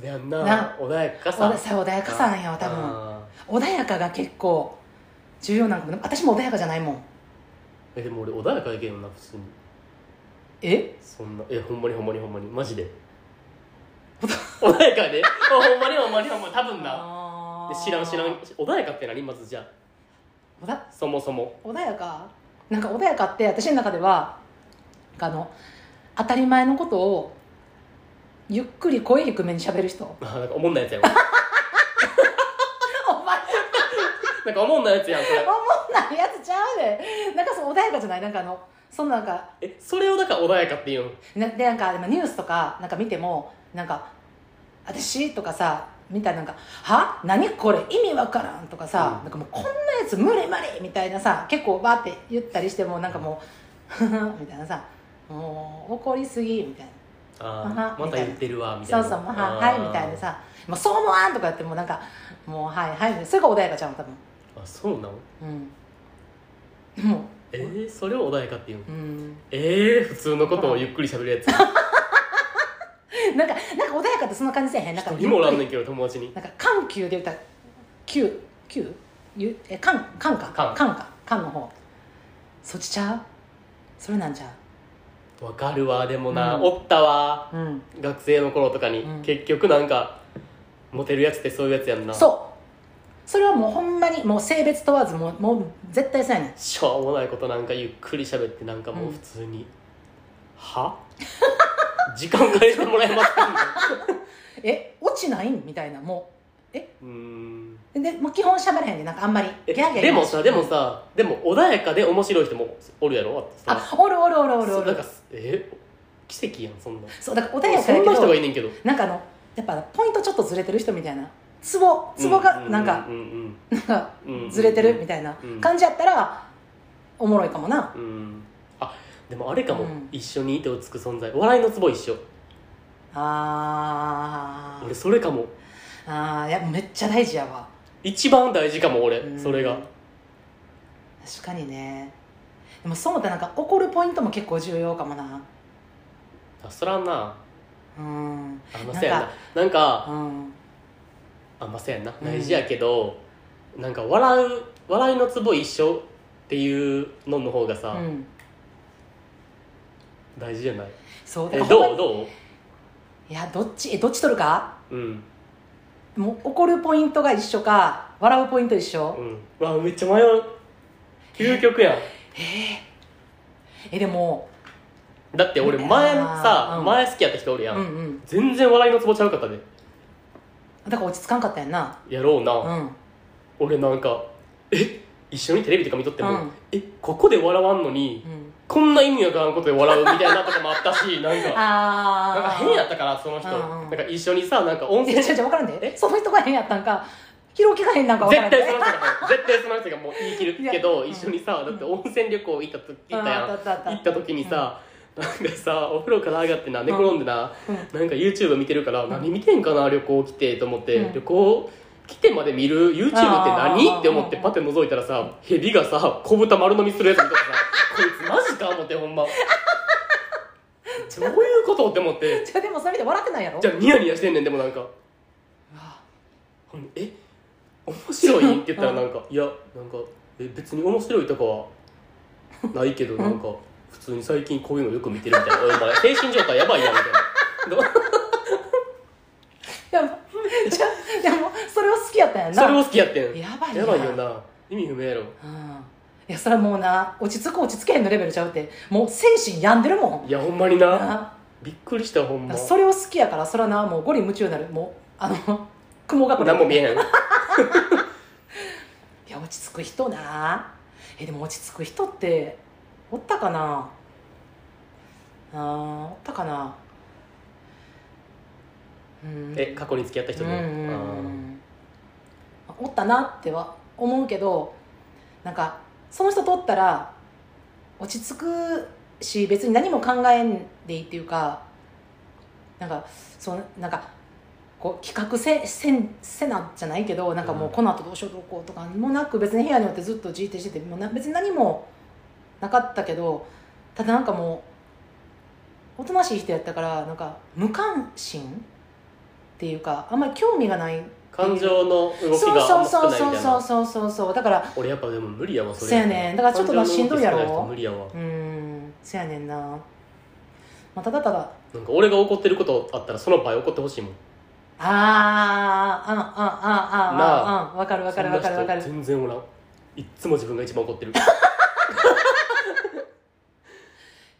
[SPEAKER 1] やんな
[SPEAKER 2] な
[SPEAKER 1] 穏やか
[SPEAKER 2] お
[SPEAKER 1] さ
[SPEAKER 2] だそう穏やかさなんよ多分
[SPEAKER 1] あ
[SPEAKER 2] 穏やかが結構重要なんかも私も穏やかじゃないもん
[SPEAKER 1] ーえでも俺穏やかやけどな普通に
[SPEAKER 2] え
[SPEAKER 1] そんなえほんまにほんまに ほんまにマジで穏やかやでほんまにほんまにほんまに多分な
[SPEAKER 2] あ
[SPEAKER 1] で
[SPEAKER 2] ー
[SPEAKER 1] 知らん知らん穏やかってなりますじゃ
[SPEAKER 2] おだ
[SPEAKER 1] あそもそも
[SPEAKER 2] 穏やかなんか穏やかって私の中ではなんかあの当たり前のことをゆっくり声低めに喋る人
[SPEAKER 1] あーなんかおもんなやつや ん
[SPEAKER 2] お前
[SPEAKER 1] なんかおもんなやつやんそれ
[SPEAKER 2] そんなんやつちゃうでなんかそう穏やかじゃないなんかあのそんなんか
[SPEAKER 1] えそれをだから穏やかって言うん
[SPEAKER 2] なでなんかでもニュースとかなんか見てもなんか「私」とかさみたいななんか「は何これ意味わからん」とかさ、
[SPEAKER 1] うん
[SPEAKER 2] なんかもうこんなやつ無理無理みたいなさ結構バーって言ったりしてもなんかもう「 ふふんみたいなさ「もう怒りすぎ」みたいな
[SPEAKER 1] あ
[SPEAKER 2] あは
[SPEAKER 1] ーまた言ってる
[SPEAKER 2] 「
[SPEAKER 1] わみた
[SPEAKER 2] そ
[SPEAKER 1] いうな
[SPEAKER 2] そうもうは
[SPEAKER 1] あ
[SPEAKER 2] は
[SPEAKER 1] ー
[SPEAKER 2] い」みたいなさ「もうそう思わん」とか言ってもうなんか「もうはいはい」それが穏やかちゃうん多分
[SPEAKER 1] あそうなの
[SPEAKER 2] うんも
[SPEAKER 1] えー、それを穏やかって言うん
[SPEAKER 2] ううん
[SPEAKER 1] えー、普通のことをゆっくり喋る やつ
[SPEAKER 2] なんかなんか穏やかってそんな感じせえへんなんか
[SPEAKER 1] 一人もおらんねんけど友達に
[SPEAKER 2] なんか緩急で言ったら急急ゆえ緩緩か緩
[SPEAKER 1] 緩
[SPEAKER 2] か緩の方そっちちゃうそれなんちゃ
[SPEAKER 1] わかるわでもな、
[SPEAKER 2] うん
[SPEAKER 1] おったわ
[SPEAKER 2] ううん
[SPEAKER 1] 学生の頃とかに、
[SPEAKER 2] うん
[SPEAKER 1] 結局なんかモテるやつってそういうやつやんな
[SPEAKER 2] そうそれはもうほんまにもう性別問わずもうもう絶対そうやねん
[SPEAKER 1] しょうもないことなんかゆっくり喋ってなんかもう普通に「は 時間変えてもらえますか?」
[SPEAKER 2] え落ちないんみたいなも
[SPEAKER 1] うーん
[SPEAKER 2] うでもう基本しゃべらへんねんなんかあんまり
[SPEAKER 1] え
[SPEAKER 2] ギャーギャー
[SPEAKER 1] でもさでも
[SPEAKER 2] うん
[SPEAKER 1] さでも穏やかで面白い人もおるやろそ
[SPEAKER 2] あおるおるおるおるお
[SPEAKER 1] そうな
[SPEAKER 2] る
[SPEAKER 1] んかえ奇跡やんそんな
[SPEAKER 2] そうだから穏やか
[SPEAKER 1] そ
[SPEAKER 2] や
[SPEAKER 1] んな人が
[SPEAKER 2] け
[SPEAKER 1] いいねんけど
[SPEAKER 2] どなんかあのやっぱポイントちょっとずれてる人みたいなツボツボがなんか
[SPEAKER 1] うんう
[SPEAKER 2] な
[SPEAKER 1] ん
[SPEAKER 2] んか
[SPEAKER 1] うんうんうん
[SPEAKER 2] ずれてるみたいな
[SPEAKER 1] うん
[SPEAKER 2] 感じやったらおもろいかもな
[SPEAKER 1] うんうんあでもあれかも、
[SPEAKER 2] うん
[SPEAKER 1] 一緒にいて落ち着く存在笑いのツボ一緒
[SPEAKER 2] あ
[SPEAKER 1] 俺それかも
[SPEAKER 2] ーあーいやめっちゃ大事やわ
[SPEAKER 1] 一番大事かも俺、
[SPEAKER 2] うん
[SPEAKER 1] それが
[SPEAKER 2] 確かにねでもそう思ったらなんか怒るポイントも結構重要かもな
[SPEAKER 1] あそらんな
[SPEAKER 2] うん
[SPEAKER 1] あんま
[SPEAKER 2] なんか
[SPEAKER 1] せやななんか
[SPEAKER 2] うん
[SPEAKER 1] あんませやんな
[SPEAKER 2] うん
[SPEAKER 1] 大事やけど、なんか笑う笑いのツボ一緒っていうのの方がさ、
[SPEAKER 2] うん
[SPEAKER 1] 大事じゃない
[SPEAKER 2] そう
[SPEAKER 1] え
[SPEAKER 2] だからほんま
[SPEAKER 1] ど
[SPEAKER 2] に
[SPEAKER 1] うど
[SPEAKER 2] いやどっちえどっち取るか
[SPEAKER 1] ううん
[SPEAKER 2] もう怒るポイントが一緒か笑うポイント一緒
[SPEAKER 1] うんうわめっちゃ迷う究極やん
[SPEAKER 2] えでも
[SPEAKER 1] だって俺前さ、
[SPEAKER 2] あーうん
[SPEAKER 1] 前好きやった人おるや
[SPEAKER 2] うん
[SPEAKER 1] ん、
[SPEAKER 2] うん
[SPEAKER 1] 全然笑いのツボちゃうかったで
[SPEAKER 2] だから落ち着かんかったやんな
[SPEAKER 1] やろうな、
[SPEAKER 2] うん
[SPEAKER 1] 俺なんかえ一緒にテレビとか見とっても、
[SPEAKER 2] うん
[SPEAKER 1] えここで笑わんのに
[SPEAKER 2] うん
[SPEAKER 1] こんな意味わからんことで笑うみたいなとかもあった しなんか
[SPEAKER 2] ああ
[SPEAKER 1] なんか変やったからその人、
[SPEAKER 2] うんうん
[SPEAKER 1] なんか一緒にさなんか温
[SPEAKER 2] い
[SPEAKER 1] 泉
[SPEAKER 2] や
[SPEAKER 1] 絶
[SPEAKER 2] 違う違う分からんで
[SPEAKER 1] え
[SPEAKER 2] その人が変やったんかひろきが変なんか分からんで
[SPEAKER 1] 対その人が絶対その人がもう言い切るけど
[SPEAKER 2] いや
[SPEAKER 1] 一緒にさだって温泉旅行行った時行ったやん
[SPEAKER 2] あーあったあったあ
[SPEAKER 1] 行
[SPEAKER 2] った
[SPEAKER 1] った時にさ、なんかさお風呂から上がってな寝転んでな、
[SPEAKER 2] うん
[SPEAKER 1] なんか YouTube 見てるから、何見てんかな旅行来てと思って、
[SPEAKER 2] うん
[SPEAKER 1] 旅行来てまで見る YouTube って何
[SPEAKER 2] あー
[SPEAKER 1] って思ってパッて覗いたらさヘビがさ小豚丸飲みするやつ見たら さこいつマジか思ってほんまどういうことって思っ て
[SPEAKER 2] じゃあでもそれで笑ってないやろ
[SPEAKER 1] じゃあニヤニヤしてんねんでもなんかほんでえ面白いって言ったらなんか、いやなんかえ別に面白いとかはないけどなんか普通に最近こういうのよく見てるみたいなおいお前精神状態やばいやんみたいなど
[SPEAKER 2] いやじゃあでもそれを好きやったんやんな
[SPEAKER 1] それも好きやってん
[SPEAKER 2] やばいな
[SPEAKER 1] やばいよな意味不明やろ
[SPEAKER 2] うんいやそれはもうな落ち着く落ち着けへんのレベルちゃうってもう精神病んでるもん
[SPEAKER 1] いやほんまにな
[SPEAKER 2] な
[SPEAKER 1] びっくりしたほんま
[SPEAKER 2] それを好きやからそれはなもうゴリ夢中になるもうあの 雲隠れ
[SPEAKER 1] 何も見えへ
[SPEAKER 2] い
[SPEAKER 1] ん
[SPEAKER 2] や落ち着く人なえでも落ち着く人っておったかなあーおったかなうん
[SPEAKER 1] え過去に付き合った人
[SPEAKER 2] う
[SPEAKER 1] で、
[SPEAKER 2] んう
[SPEAKER 1] あ
[SPEAKER 2] んう
[SPEAKER 1] ー
[SPEAKER 2] んおったなっては思うけどなんかその人とおったら落ち着くし別に何も考えんでいいっていうかなんかそうなんかこう企画せせんせなじゃないけどなんかもう
[SPEAKER 1] うん
[SPEAKER 2] この後どうしようどうこうとかもなく別に部屋におってずっとじーってしててもうな別に何もなかったけどただなんかもうおとなしい人やったからなんか無関心っていうかあんまり興味がない
[SPEAKER 1] 感情の動き
[SPEAKER 2] そう
[SPEAKER 1] があ
[SPEAKER 2] そ
[SPEAKER 1] ん
[SPEAKER 2] うそう
[SPEAKER 1] ま少ないみ
[SPEAKER 2] そう
[SPEAKER 1] たい
[SPEAKER 2] そう
[SPEAKER 1] な
[SPEAKER 2] そうそうそうだから
[SPEAKER 1] 俺やっぱでも無理やわそれ
[SPEAKER 2] そうやねんだからちょっとな
[SPEAKER 1] 感情の
[SPEAKER 2] しん
[SPEAKER 1] 動き
[SPEAKER 2] どいやろ
[SPEAKER 1] 少な人無理やわ
[SPEAKER 2] うんそやねんな、まあ、ただただ
[SPEAKER 1] なんか俺が怒ってることあったらその場合怒ってほしいもん
[SPEAKER 2] あーあのあ
[SPEAKER 1] な
[SPEAKER 2] ああああわかるわかるわかるわか
[SPEAKER 1] そ
[SPEAKER 2] る
[SPEAKER 1] んな人全然おらんいっつも自分が一番怒っ てるない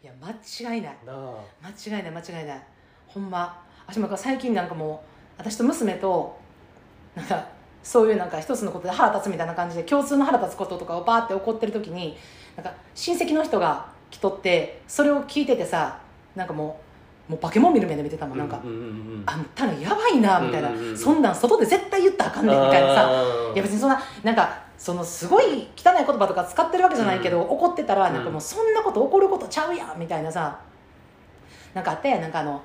[SPEAKER 2] や間違いない
[SPEAKER 1] あ
[SPEAKER 2] 間違いない間違いないほんま私もなんか最近なんかもう私と娘となんかそういうなんか一つのことで腹立つみたいな感じで共通の腹立つこととかをバーって怒ってる時になんか親戚の人が来とってそれを聞いててさなんかもうもうバケモン見る目で見てたもんなんか、
[SPEAKER 1] うんうんうんうん
[SPEAKER 2] あんたらやばいなみたいな、
[SPEAKER 1] うんうんうん
[SPEAKER 2] そんなん外で絶対言ったらあかんねんみたいなさ
[SPEAKER 1] あー
[SPEAKER 2] いや別にそんななんかそのすごい汚い言葉とか使ってるわけじゃないけど、
[SPEAKER 1] う
[SPEAKER 2] 怒ってたら
[SPEAKER 1] うん
[SPEAKER 2] なんかもうそんなこと怒ることちゃうやんみたいなさなんかあったやんなんかあの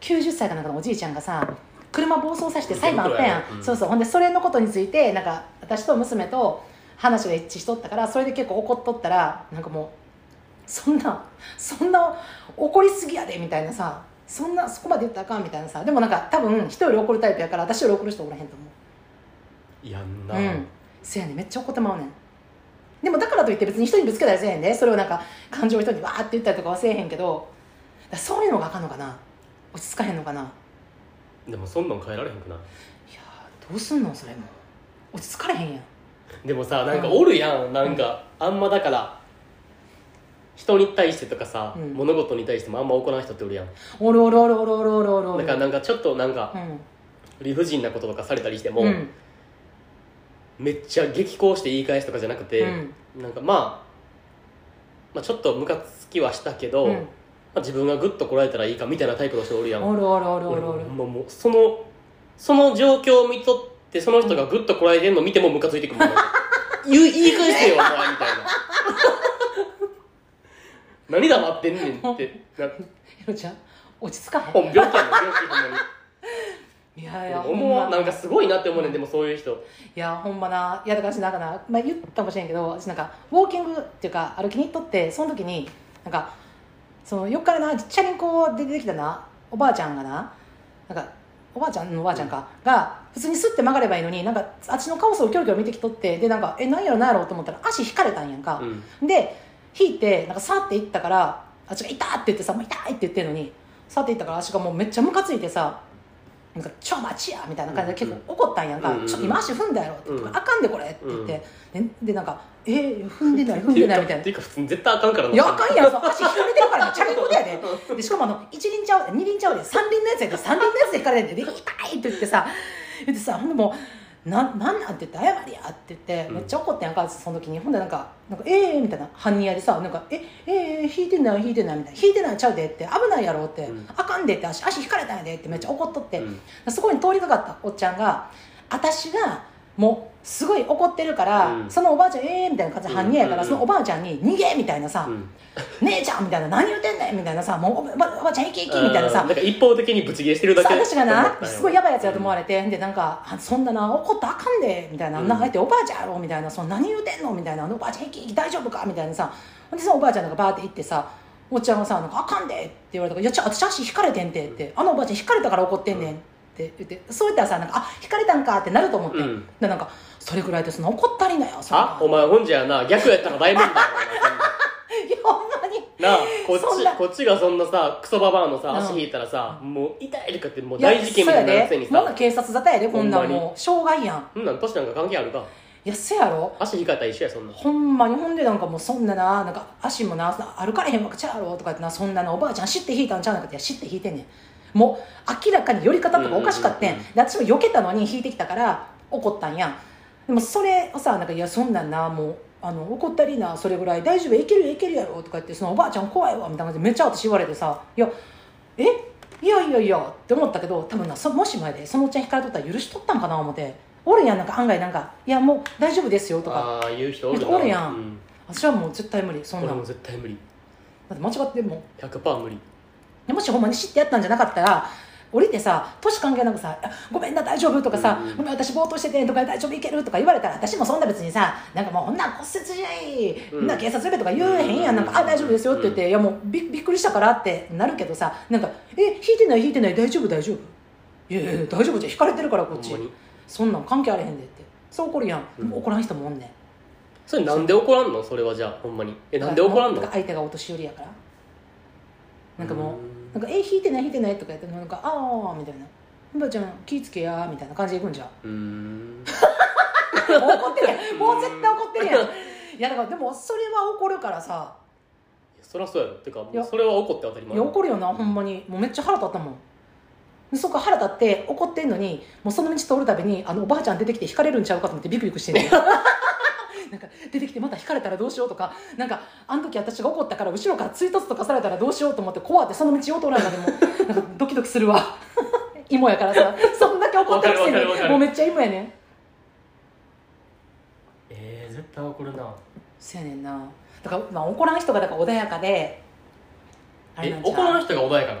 [SPEAKER 2] 90歳かなんかのおじいちゃんがさ車暴走させて裁判あったや
[SPEAKER 1] 池袋
[SPEAKER 2] ん、
[SPEAKER 1] やねうん
[SPEAKER 2] そうそうほんでそれのことについてなんか私と娘と話が一致しとったからそれで結構怒っとったらなんかもうそんなそんな怒りすぎやでみたいなさそんなそこまで言ったらあかんみたいなさでもなんか多分人より怒るタイプやから私より怒る人おらへんと思う
[SPEAKER 1] やんな、
[SPEAKER 2] うんせやねんめっちゃ怒ってまうねんでもだからといって別に人にぶつけたりせえへんでそれをなんか感情を人にわーって言ったりとかはせえへんけどだからそういうのがあかんのかな落ち着かへんのかない
[SPEAKER 1] でもそんなん変えられへんくない
[SPEAKER 2] やーどうすんのそれも落ち着かれへんやん
[SPEAKER 1] でもさなんかおるやん、なんかあんまだから人に対してとかさ、
[SPEAKER 2] うん
[SPEAKER 1] 物事に対してもあんま怒らん人っておるやんだ
[SPEAKER 2] おるおるおるおるおるおるおるおる
[SPEAKER 1] からなんかちょっとなんか
[SPEAKER 2] うん
[SPEAKER 1] 理不尽なこととかされたりしても、
[SPEAKER 2] うん
[SPEAKER 1] めっちゃ激高して言い返すとかじゃなくて、
[SPEAKER 2] うん
[SPEAKER 1] なんかまあまあちょっとムカつきはしたけど、
[SPEAKER 2] う
[SPEAKER 1] ま
[SPEAKER 2] ん
[SPEAKER 1] あ、自分がグッとこらえたらいいかみたいなタイプの人おるやん
[SPEAKER 2] おるおるおるお
[SPEAKER 1] 俺
[SPEAKER 2] るお
[SPEAKER 1] も
[SPEAKER 2] る
[SPEAKER 1] ほんまもうそのその状況を見とってその人がグッとこらえてんの見てもムカついてくるも ん言う言い返せよお前みたいな 何黙ってんねんってな
[SPEAKER 2] ひろちゃん落ち着かへ
[SPEAKER 1] ほんま病気やねん病気ほんま
[SPEAKER 2] ん
[SPEAKER 1] に
[SPEAKER 2] いやい
[SPEAKER 1] で
[SPEAKER 2] や
[SPEAKER 1] も
[SPEAKER 2] ほ
[SPEAKER 1] 思わん
[SPEAKER 2] ま
[SPEAKER 1] なんかすごいなって思うねんでもそういう人
[SPEAKER 2] いやほんまないやだから私なんかな、まあ、言ったかもしれんけど私なんかウォーキングっていうか歩きに行っとってその時になんかそのよっからなチャリンコで出てきたなおばあちゃんがななんかおばあちゃんのおばあちゃんか、が普通にスッて曲がればいいのになんかあっちのカオスをキョロキョロ見てきとってでなんかえ何やろ何やろと思ったら足引かれたんやんか
[SPEAKER 1] う、ん
[SPEAKER 2] で引いてなんかさーって行ったからあっちが「痛っ!」って言ってさ「もう痛い!」って言ってるのにさーって行ったから足がもうめっちゃムカついてさ「なんかちょ待ちや!」みたいな感じで結構怒ったんやんか「
[SPEAKER 1] うんうん
[SPEAKER 2] ちょっと今足踏んだやろ」って言って、
[SPEAKER 1] うん
[SPEAKER 2] あかんでこれ」って言って、ででなんか「えー、踏んでない踏ん
[SPEAKER 1] ってい
[SPEAKER 2] で
[SPEAKER 1] う
[SPEAKER 2] ない」
[SPEAKER 1] か
[SPEAKER 2] みたい
[SPEAKER 1] っ
[SPEAKER 2] な
[SPEAKER 1] て。いうか普通に絶対あかんからない
[SPEAKER 2] やあかんやんそう足引かれてるからねチャリンコでや ででしかもあの1輪ちゃう2輪ちゃうで3輪のやつやで3輪のやつで引かれてんでで「痛い!」って言ってさ言ってさほんでもう「ななんなん?」って言って「謝りや」って言ってめっちゃ怒ってんやんかその時にほんでなんか「なんかええー」みたいな半人やでさ「なんかええー、引いてない引いてない」みたいな「引いてないちゃうで」って「危ないやろ」って「
[SPEAKER 1] うん
[SPEAKER 2] あかんで」って足足引かれたんやでってめっちゃ怒っとって、
[SPEAKER 1] うん
[SPEAKER 2] そこに通りかかったおっちゃんが私がもうすごい怒ってるから、
[SPEAKER 1] うん
[SPEAKER 2] そのおばあちゃんええー、みたいな感じで半人やから、
[SPEAKER 1] うんうんう
[SPEAKER 2] そ
[SPEAKER 1] ん
[SPEAKER 2] のおばあちゃんに「逃げ!」みたいなさ、
[SPEAKER 1] うん
[SPEAKER 2] 姉ちゃんみたいな何言うてんねんみたいなさもうおばおばおばあちゃん生き生きみたいな
[SPEAKER 1] あー
[SPEAKER 2] さ
[SPEAKER 1] なんか一方的にブチギレしてるだけ
[SPEAKER 2] 私が
[SPEAKER 1] だったん
[SPEAKER 2] な
[SPEAKER 1] よ
[SPEAKER 2] すごいやばいやつやと思われて、でなんかあそんなな怒ったらあかんでみたいな、
[SPEAKER 1] うん
[SPEAKER 2] なあえておばあちゃんやろみたいなその何言うてんのみたいなあのおばあちゃん生き生き大丈夫かみたいなさほんでそのおばあちゃんがバーって行ってさおっちゃんがさ「なんかあかんで」って言われたから「いやちょ私足引かれてんて」って「あのおばあちゃん引かれたから怒ってんねん」って言ってそう言ったらさ「なんかあ引かれたんか」ってなると思って、
[SPEAKER 1] うん
[SPEAKER 2] でなんかそれぐらいでそんな怒ったりなよそんな
[SPEAKER 1] あお前ほんじゃやな逆やったら大問題やな
[SPEAKER 2] いやほんまに
[SPEAKER 1] なあこ っ
[SPEAKER 2] そん
[SPEAKER 1] ち
[SPEAKER 2] な
[SPEAKER 1] こっちがそんなさクソババアのさ
[SPEAKER 2] うん
[SPEAKER 1] 足引いたらさ、もう痛いとかってもう
[SPEAKER 2] いや
[SPEAKER 1] 大事件みたいになるく
[SPEAKER 2] そう
[SPEAKER 1] せ
[SPEAKER 2] や
[SPEAKER 1] に
[SPEAKER 2] でもんな
[SPEAKER 1] さ
[SPEAKER 2] 警察沙汰やでこんな
[SPEAKER 1] ほんまに
[SPEAKER 2] もう障害やん
[SPEAKER 1] そんなん年なんか関係あるか
[SPEAKER 2] いやせやろ
[SPEAKER 1] 足引かれたら一緒やそんなん
[SPEAKER 2] ほんまにほんでなんかもうそんなななんか足もな歩かれへんわけちゃうやろとかってなそんななおばあちゃん知って引いたんちゃうなかっていや知って引いてんねんもう明らかに寄り方とかおかしかってん,、
[SPEAKER 1] うんうんうん
[SPEAKER 2] で私も避けたのに引いてきたから怒ったんやんでもそれをさなんかいやそんなんなもうあの怒ったりなそれぐらい大丈夫いけるよいけるやろとか言ってそのおばあちゃん怖いわみたいな感じでめっちゃ私言われてさいやえいやいやいやって思ったけど多分なそもし前でそのおっちゃん引かれとったら許しとったんかな思っておるやんなんか案外なんか「いやもう大丈夫ですよ」とか
[SPEAKER 1] ああ言う人おるな
[SPEAKER 2] おるやん
[SPEAKER 1] うん、
[SPEAKER 2] 私はもう絶対無理そんな
[SPEAKER 1] 俺も
[SPEAKER 2] のだ
[SPEAKER 1] 絶対無理
[SPEAKER 2] って間違っても
[SPEAKER 1] 100%無理
[SPEAKER 2] うもしほんまに知ってやったんじゃなかったら降りてさ年関係なくさあ「ごめんな大丈夫」とかさ
[SPEAKER 1] うん
[SPEAKER 2] 「
[SPEAKER 1] うん
[SPEAKER 2] ごめん私ぼーっとしてて」とか「大丈夫いける」とか言われたら私もそんな別にさなんかもうこんなん骨折じゃい
[SPEAKER 1] うん
[SPEAKER 2] こんなん警察呼べとか言えへんやんなんか「あ大丈夫ですよ」って言って「いやもうびびっくりしたから」ってなるけどさなんか「え引いてない引いてない大丈夫大丈夫」いやいやいや大丈夫じゃん引かれてるからこ
[SPEAKER 1] ほん
[SPEAKER 2] っち
[SPEAKER 1] まに
[SPEAKER 2] そんなん関係あれへんでってそう怒るやん、
[SPEAKER 1] うん
[SPEAKER 2] 怒らん人もおんねん
[SPEAKER 1] それなんで怒らんのそれはじゃあほんまにえなんで怒らんの
[SPEAKER 2] か相手がお年寄りやからなんかもう
[SPEAKER 1] うん
[SPEAKER 2] なんか「え引いてない引いてない」とかやってもなんか「ああ」みたいな「ばあちゃん気ぃつけや」みたいな感じでいくんじゃん
[SPEAKER 1] うーん
[SPEAKER 2] 怒ってるやんもう絶対怒ってるやんいやだからでもそれは怒るからさ
[SPEAKER 1] そりゃそうやろってかも
[SPEAKER 2] いや
[SPEAKER 1] うそれは怒って当たり
[SPEAKER 2] い
[SPEAKER 1] 前
[SPEAKER 2] や怒るよなほんまにもうめっちゃ腹立ったもんでそこ腹立って怒ってんのにもうその道通るたびにあのおばあちゃん出てきて引かれるんちゃうかと思ってビクビクしてんね んなんか出てきてまた引かれたらどうしようとかなんかあの時私が怒ったから後ろから追突とかされたらどうしようと思って怖ってその道を通らんかでもなんかドキドキする わ芋やからさそんだけ怒ってるくせ
[SPEAKER 1] わかるわか
[SPEAKER 2] に
[SPEAKER 1] るわかる
[SPEAKER 2] もうめっちゃ芋やねん
[SPEAKER 1] えー、絶対怒るな
[SPEAKER 2] そうやねんなだから、まあ、怒らん人がだから穏やかであれな
[SPEAKER 1] え
[SPEAKER 2] んちゃう
[SPEAKER 1] 怒らん人が穏やかなの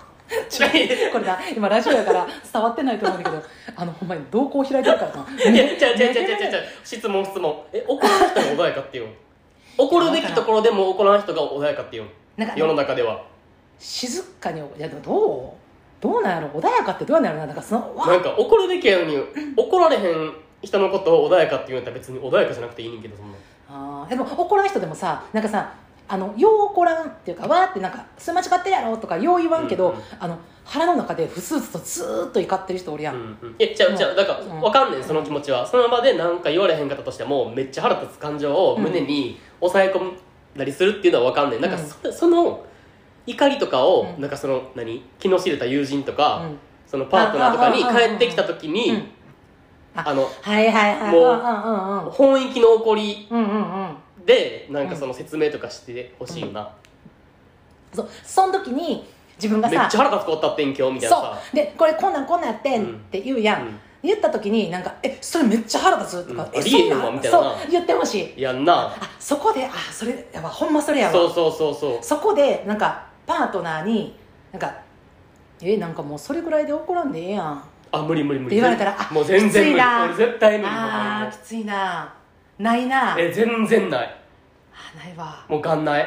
[SPEAKER 1] ちょいや
[SPEAKER 2] これだ今ラジオやから伝わってないと思うんだけど あのほんまに瞳孔開いてるからない
[SPEAKER 1] やちゃうちゃうちゃうちゃうちゃうちゃう質問質問え怒らん人が穏やかって言 うん怒るべきところでも怒らん人が穏やかって言うん
[SPEAKER 2] なん
[SPEAKER 1] 世の
[SPEAKER 2] か
[SPEAKER 1] 中では
[SPEAKER 2] 静かにいやでもどうどうなんやろ穏やかってどうなんやろななんかそのわ
[SPEAKER 1] なんか怒るべきやのに怒られへん人のことを穏やかって言うんやったら別に穏やかじゃなくていいねんけどそんな
[SPEAKER 2] あーでも怒らん人でもさなんかさあのよう怒らんっていうかわーってなんか「それ間違ってるやろ」とかよう言わんけど、
[SPEAKER 1] うんうん
[SPEAKER 2] あの腹の中でふつふつとずーっと怒ってる人おるやん、
[SPEAKER 1] うんうん、えちゃうちゃうだから
[SPEAKER 2] うん
[SPEAKER 1] 分かんねんその気持ちはその場で何か言われへんかったとしてもめっちゃ腹立つ感情を胸に抑え込んだりするっていうのは分かんねんなんか
[SPEAKER 2] うん
[SPEAKER 1] そ,、その怒りとかを、
[SPEAKER 2] うん
[SPEAKER 1] なんかその何気の知れた友人と
[SPEAKER 2] う
[SPEAKER 1] か、
[SPEAKER 2] ん
[SPEAKER 1] そのパートナーとかに
[SPEAKER 2] ああああ
[SPEAKER 1] 帰ってきた時に、
[SPEAKER 2] うんあ
[SPEAKER 1] あの
[SPEAKER 2] はいはいはい
[SPEAKER 1] もう
[SPEAKER 2] う
[SPEAKER 1] 本域の怒り
[SPEAKER 2] んうんうんうんうんうん
[SPEAKER 1] でなんかその説明とかしてほしいよな、
[SPEAKER 2] そうその時に自分が
[SPEAKER 1] めっ
[SPEAKER 2] さ
[SPEAKER 1] ちゃ腹立つこったってん今日みたいな
[SPEAKER 2] そ
[SPEAKER 1] さ
[SPEAKER 2] うでこれこんなんこんなんやってん
[SPEAKER 1] うん
[SPEAKER 2] って言うやん、
[SPEAKER 1] うん
[SPEAKER 2] 言った時になんか「えそれめっちゃ腹立つ」とか
[SPEAKER 1] う
[SPEAKER 2] 「
[SPEAKER 1] ん
[SPEAKER 2] え
[SPEAKER 1] ありえへんわ
[SPEAKER 2] そな
[SPEAKER 1] みたいなな
[SPEAKER 2] そう言ってほしい
[SPEAKER 1] やんな
[SPEAKER 2] あそこであそれやばほんまそれやわ
[SPEAKER 1] そうそうそうそう
[SPEAKER 2] そこでなんかパートナーになんか「えなんかもうそれぐらいで怒らんでええやん」
[SPEAKER 1] あ無理無理無
[SPEAKER 2] って
[SPEAKER 1] 理
[SPEAKER 2] 言われたらあ
[SPEAKER 1] もう全然無
[SPEAKER 2] きつい
[SPEAKER 1] 理
[SPEAKER 2] な
[SPEAKER 1] 俺絶対無理
[SPEAKER 2] あーきついなないなあ
[SPEAKER 1] え全然ない
[SPEAKER 2] ないわ
[SPEAKER 1] もうがんない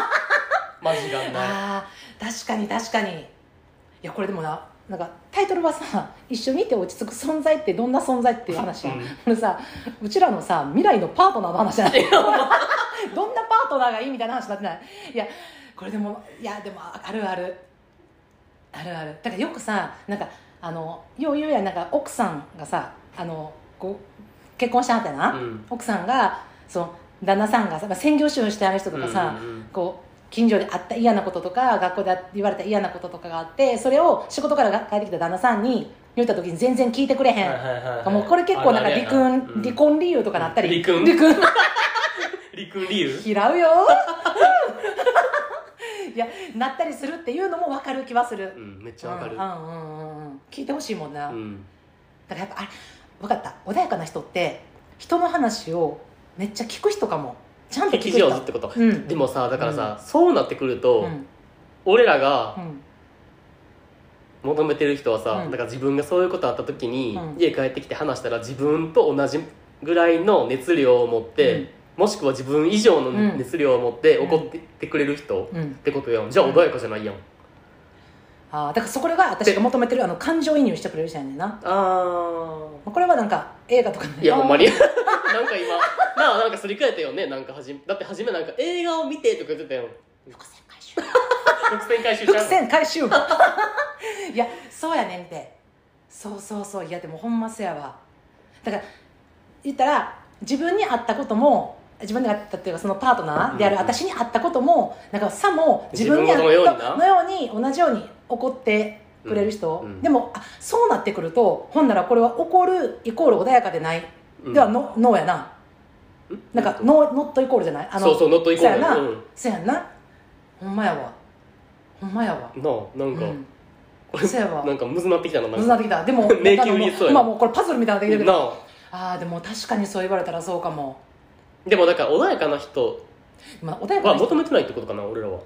[SPEAKER 1] マジがんない
[SPEAKER 2] あー確かに確かにいやこれでもななんかタイトルはさ「一緒にいて落ち着く存在ってどんな存在?」っていう話やん、
[SPEAKER 1] うん
[SPEAKER 2] これさうちらのさ未来のパートナーの話じゃ ないどんなパートナーがいいみたいな話になってないいやこれでもいやでもあるあるあるあるだからよくさなんかあのよう言うやんなんか奥さんがさあのこう結婚したんってな、
[SPEAKER 1] うん
[SPEAKER 2] 奥さんがその旦那さんがさ、まあ、専業主婦してある人とかさ、
[SPEAKER 1] うんうんうん
[SPEAKER 2] こう近所であった嫌なこととか学校で言われた嫌なこととかがあってそれを仕事から帰ってきた旦那さんに言った時に全然聞いてくれへん、
[SPEAKER 1] はいはいはいはい
[SPEAKER 2] もうこれ結構なんか離婚
[SPEAKER 1] あるあるやなうん
[SPEAKER 2] 離婚理由とかなったり
[SPEAKER 1] 離婚
[SPEAKER 2] 離婚
[SPEAKER 1] 離婚理由
[SPEAKER 2] 嫌 うよいやなったりするっていうのも分かる気はする、
[SPEAKER 1] うんめっちゃわかる
[SPEAKER 2] うんうんうんうんうん聞いてほしいもんな、
[SPEAKER 1] うん
[SPEAKER 2] だからやっぱあれ分かった穏やかな人って人の話をめっちゃ聞く人かもちゃんと聞
[SPEAKER 1] 記
[SPEAKER 2] く
[SPEAKER 1] 事
[SPEAKER 2] 人
[SPEAKER 1] をずってこと
[SPEAKER 2] うん
[SPEAKER 1] でもさだからさそうなってくると
[SPEAKER 2] うん
[SPEAKER 1] 俺らが
[SPEAKER 2] うん
[SPEAKER 1] 求めてる人はさ
[SPEAKER 2] うん
[SPEAKER 1] だから自分がそういうことあった時に
[SPEAKER 2] うん
[SPEAKER 1] 家帰ってきて話したら自分と同じぐらいの熱量を持って、
[SPEAKER 2] うん
[SPEAKER 1] もしくは自分以上の
[SPEAKER 2] うん
[SPEAKER 1] 熱量を持って
[SPEAKER 2] うん
[SPEAKER 1] 怒ってくれる人っ
[SPEAKER 2] うん
[SPEAKER 1] てことやんじゃあ穏やかじゃないやん、
[SPEAKER 2] あーだからそこが私が求めてるあの感情移入してくれる人やねんな
[SPEAKER 1] あ
[SPEAKER 2] これはなんか映画とか
[SPEAKER 1] いやほんま
[SPEAKER 2] に
[SPEAKER 1] に なんか今なあなんかすり替えたよねなんかはじだって初めなんか映画を見てとか言ってたよ
[SPEAKER 2] 伏線回収
[SPEAKER 1] 伏線回収ち
[SPEAKER 2] 伏
[SPEAKER 1] ゃう
[SPEAKER 2] 線回収 いやそうやねんってそうそうそういやでもほんまそうやわだから言ったら自分に合ったことも自分に合ったっていうかそのパートナーである
[SPEAKER 1] うんうん
[SPEAKER 2] 私に合ったこともなんかさも自分に合
[SPEAKER 1] 自分のよう
[SPEAKER 2] っ
[SPEAKER 1] に
[SPEAKER 2] た
[SPEAKER 1] な
[SPEAKER 2] のように同じように怒ってくれる人、
[SPEAKER 1] うんうん
[SPEAKER 2] でもあそうなってくるとほんならこれは怒るイコール穏やかでない
[SPEAKER 1] うん
[SPEAKER 2] ではノノーやななんかノーノットイコールじゃないあの
[SPEAKER 1] そうそうノットイコー
[SPEAKER 2] そ
[SPEAKER 1] ル
[SPEAKER 2] やな、
[SPEAKER 1] うん
[SPEAKER 2] そやんなほんまやわほんまやわ
[SPEAKER 1] なあなんか、
[SPEAKER 2] うん
[SPEAKER 1] これ
[SPEAKER 2] そうやわ
[SPEAKER 1] なんかむずなってきたなな
[SPEAKER 2] む
[SPEAKER 1] ん
[SPEAKER 2] ず
[SPEAKER 1] か
[SPEAKER 2] なってきたでも
[SPEAKER 1] 迷宮入りしそうや
[SPEAKER 2] 今もうこれパズルみたいなのできてるけ
[SPEAKER 1] な
[SPEAKER 2] ど
[SPEAKER 1] あ
[SPEAKER 2] ああでも確かにそう言われたらそうかも、
[SPEAKER 1] でもだから穏やかな人
[SPEAKER 2] まあ、穏やか
[SPEAKER 1] は
[SPEAKER 2] な人
[SPEAKER 1] 求めてないってことかな俺らは、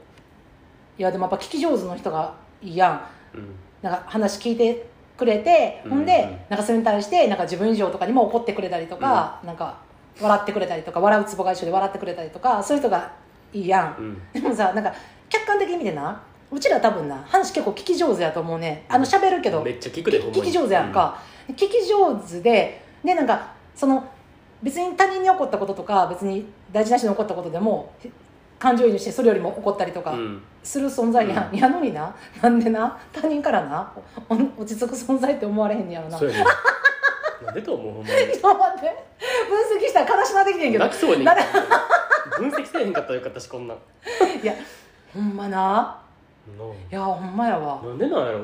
[SPEAKER 2] いやでもやっぱ聞き上手の人がいいやん
[SPEAKER 1] うん、
[SPEAKER 2] なんか話聞いてくれて、ほん
[SPEAKER 1] うんうん
[SPEAKER 2] でなんかそれに対してなんか自分以上とかにも怒ってくれたりとか、なんか笑ってくれたりとか笑うツボが一緒で笑ってくれたりとかそういう人がいいやん
[SPEAKER 1] うん
[SPEAKER 2] でもさなんか客観的に見てなうちら多分な話結構聞き上手やと思うねあの喋るけど
[SPEAKER 1] めっちゃ聞くでほんまに
[SPEAKER 2] 聞き上手やん、か、聞き上手ででなんかその別に他人に起こったこととか別に大事な人に起こったことでもひ感情移入してそれよりも怒ったりとか
[SPEAKER 1] うん
[SPEAKER 2] する存在やん、
[SPEAKER 1] うん
[SPEAKER 2] やのにななんでな他人からなお落ち着く存在って思われへんねやろな
[SPEAKER 1] そうやねなんでと思うほん まに
[SPEAKER 2] ちょっと待って分析したら悲しなってきてんけど
[SPEAKER 1] 泣きそうやね
[SPEAKER 2] なん
[SPEAKER 1] 分析せえへんかったらよかったしこんなん
[SPEAKER 2] いやほんまな
[SPEAKER 1] ない
[SPEAKER 2] やほんまやわ
[SPEAKER 1] なんでなんやろ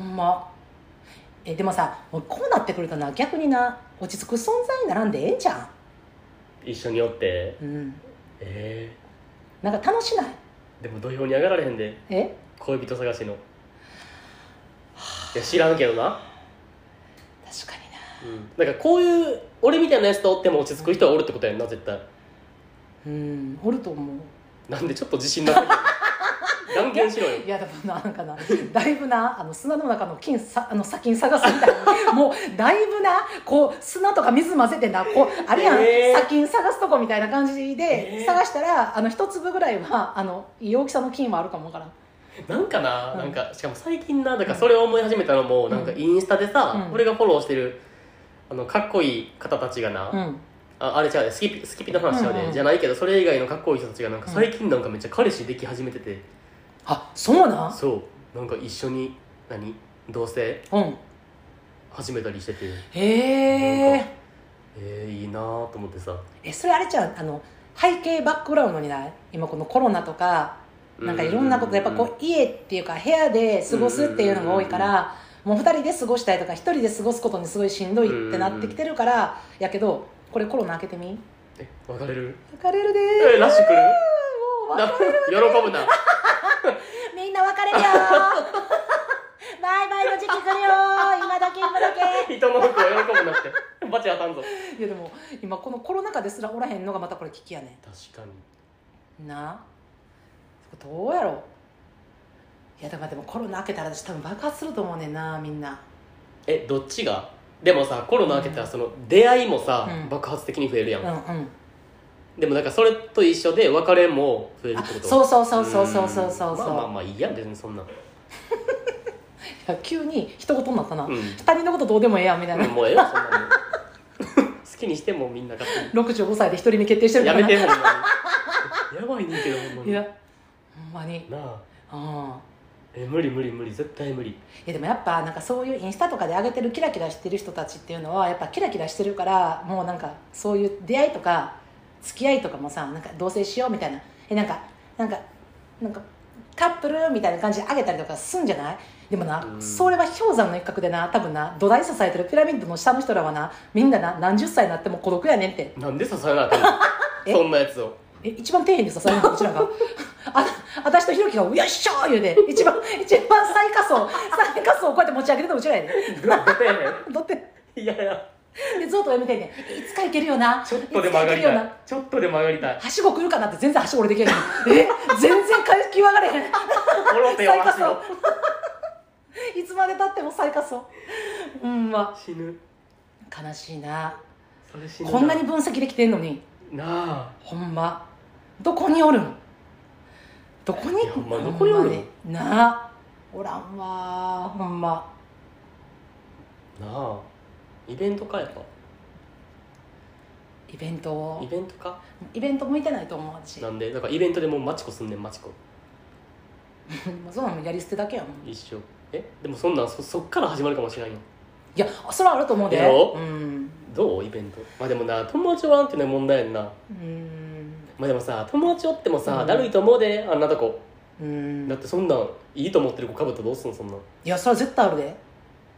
[SPEAKER 2] ほんまえでもさもうこうなってくるとな逆にな落ち着く存在にならんでええんじゃ
[SPEAKER 1] 一緒におって
[SPEAKER 2] んうん
[SPEAKER 1] え
[SPEAKER 2] なんか楽しない
[SPEAKER 1] ー、でも土俵に上がられへんで
[SPEAKER 2] え
[SPEAKER 1] 恋人探しのいや知らんけどな、
[SPEAKER 2] 確かにな
[SPEAKER 1] うん、なんかこういう俺みたいなやつとおっても落ち着く人はおるってことやんな絶対
[SPEAKER 2] うんおると思う
[SPEAKER 1] なんでちょっと自信なさい断言しろよ
[SPEAKER 2] いやでもななんかなだいぶなあの砂の中の金さあの砂金探すみたいなもうだいぶなこう砂とか水混ぜてなこうあれやん、
[SPEAKER 1] えー
[SPEAKER 2] 砂金探すとこみたいな感じで
[SPEAKER 1] えー
[SPEAKER 2] 探したら、あの一粒ぐらいはあのいい大きさの金はあるかもわからん
[SPEAKER 1] なんかな、
[SPEAKER 2] うん
[SPEAKER 1] なんかしかも最近なだからそれを思い始めたのも、
[SPEAKER 2] ん
[SPEAKER 1] なんかインスタでさ、
[SPEAKER 2] うん
[SPEAKER 1] 俺がフォローしてるあのかっこいい方たちがな、
[SPEAKER 2] うん
[SPEAKER 1] ああれちゃうねスキピスキピの話ちゃうね、
[SPEAKER 2] うんうん
[SPEAKER 1] じゃないけどそれ以外のかっこいい人たちがなんか
[SPEAKER 2] うん
[SPEAKER 1] 最近なんかめっちゃ彼氏でき始めてて、
[SPEAKER 2] あそうなん
[SPEAKER 1] そうなんか一緒に何同棲
[SPEAKER 2] うん
[SPEAKER 1] 始めたりしてて
[SPEAKER 2] へ
[SPEAKER 1] なん
[SPEAKER 2] え
[SPEAKER 1] かえー、いいなーと思ってさ、
[SPEAKER 2] えそれあれじゃんあの背景バックグラウンドにない今このコロナとかなんかいろんなことやっぱこう家っていうか部屋で過ごすっていうのが多いからもう2人で過ごしたいとか1人で過ごすことにすごいしんどいってなってきてるからやけどこれコロナ開けてみ
[SPEAKER 1] え別れる
[SPEAKER 2] 別れるで
[SPEAKER 1] え
[SPEAKER 2] ー
[SPEAKER 1] ラッシュ来る
[SPEAKER 2] もう
[SPEAKER 1] な
[SPEAKER 2] わ
[SPEAKER 1] 喜ぶな
[SPEAKER 2] みんな別れるよーバイバイの時期来るよー今だけ今だけ
[SPEAKER 1] 人の服を喜ぶなってバチ当たんぞ
[SPEAKER 2] いやでも今このコロナ禍ですらおらへんのがまたこれ危機やねん
[SPEAKER 1] 確かに
[SPEAKER 2] なあどうやろういやでもでもコロナ明けたら私多分爆発すると思うねんなみんな
[SPEAKER 1] えどっちがでもさコロナ明けたらその出会いもさ、
[SPEAKER 2] うん
[SPEAKER 1] 爆発的に増えるや、
[SPEAKER 2] うんんうん
[SPEAKER 1] でもなんかそれと一緒で別れも増えるっ
[SPEAKER 2] あ
[SPEAKER 1] てこと
[SPEAKER 2] そうそうそうそうそうそうそう
[SPEAKER 1] ま
[SPEAKER 2] そ
[SPEAKER 1] あまあ
[SPEAKER 2] う
[SPEAKER 1] まあいいやん別にそんな、う
[SPEAKER 2] いや急に一言になったな、
[SPEAKER 1] ん、
[SPEAKER 2] 他人のことどうでもええやんみたいな、
[SPEAKER 1] もうええわそんなの 好きにしてもみんな勝手
[SPEAKER 2] 65歳で独り身決定してる
[SPEAKER 1] に
[SPEAKER 2] か
[SPEAKER 1] や
[SPEAKER 2] ら
[SPEAKER 1] め
[SPEAKER 2] な
[SPEAKER 1] てほんまにやばいねんけどほんまに
[SPEAKER 2] いや
[SPEAKER 1] な
[SPEAKER 2] ほんまにうん
[SPEAKER 1] あ
[SPEAKER 2] い
[SPEAKER 1] え無理無理無理絶対無理
[SPEAKER 2] やでもやっぱなんかそういうインスタとかで上げてるキラキラしてる人たちっていうのはやっぱキラキラしてるからもうなんかそういう出会いとか付き合いとかもさなんか同棲しようみたいなえなんかなんかなんかカップルみたいな感じで上げたりとかすんじゃないでもな、
[SPEAKER 1] うん
[SPEAKER 2] それは氷山の一角でな多分な土台支えてるピラミッドの下の人らはなみんなな何十歳になっても孤独やねんって
[SPEAKER 1] なんで支えなあかんの
[SPEAKER 2] え
[SPEAKER 1] そんなやつを
[SPEAKER 2] え一番底辺で支えるのうちらが あ私とひろきが「よいしょ!」言うて一番一番最下層最下層をこうやって持ち上げてたうちらやね
[SPEAKER 1] 出てへ
[SPEAKER 2] だって
[SPEAKER 1] んいやいや
[SPEAKER 2] でずっとやめてんねんいつか行けるよな
[SPEAKER 1] ちょっとでも上がり
[SPEAKER 2] いつか行け
[SPEAKER 1] た
[SPEAKER 2] るよない
[SPEAKER 1] ちょっとでも上がりたい
[SPEAKER 2] はしご来るかなって全然はしご俺できへんねんえ全然階級上がれへん
[SPEAKER 1] おろてよ
[SPEAKER 2] 最下
[SPEAKER 1] 足を
[SPEAKER 2] 層いつまでたっても最下層うんま
[SPEAKER 1] 死ぬ
[SPEAKER 2] 悲しいな
[SPEAKER 1] それ死ぬ
[SPEAKER 2] こんなに分析できてんのに
[SPEAKER 1] なあ
[SPEAKER 2] ほんまどこにおるんどこに
[SPEAKER 1] いやほんまどこにおるん
[SPEAKER 2] ほまになあおらんわほんま
[SPEAKER 1] なあイベントかやっぱ
[SPEAKER 2] イベントを
[SPEAKER 1] イベントか
[SPEAKER 2] イベント向いてないと思う私
[SPEAKER 1] な
[SPEAKER 2] も
[SPEAKER 1] んでだからイベントでもうマチコすんねんマチコ
[SPEAKER 2] うそんなのやり捨てだけやもんい
[SPEAKER 1] 一緒えでもそんなんそそっから始まるかもしれんよ
[SPEAKER 2] やそれはあると思うで
[SPEAKER 1] やろ
[SPEAKER 2] うん
[SPEAKER 1] どうイベントまあでもな友達おらんっていうのは問題やんな
[SPEAKER 2] うん
[SPEAKER 1] まあでもさ友達おってもさ、
[SPEAKER 2] うん
[SPEAKER 1] だるいと思うであんなとこ
[SPEAKER 2] うん
[SPEAKER 1] だってそんなんいいと思ってる子かぶったらどうすんのそんなんない
[SPEAKER 2] やそれは絶対あるで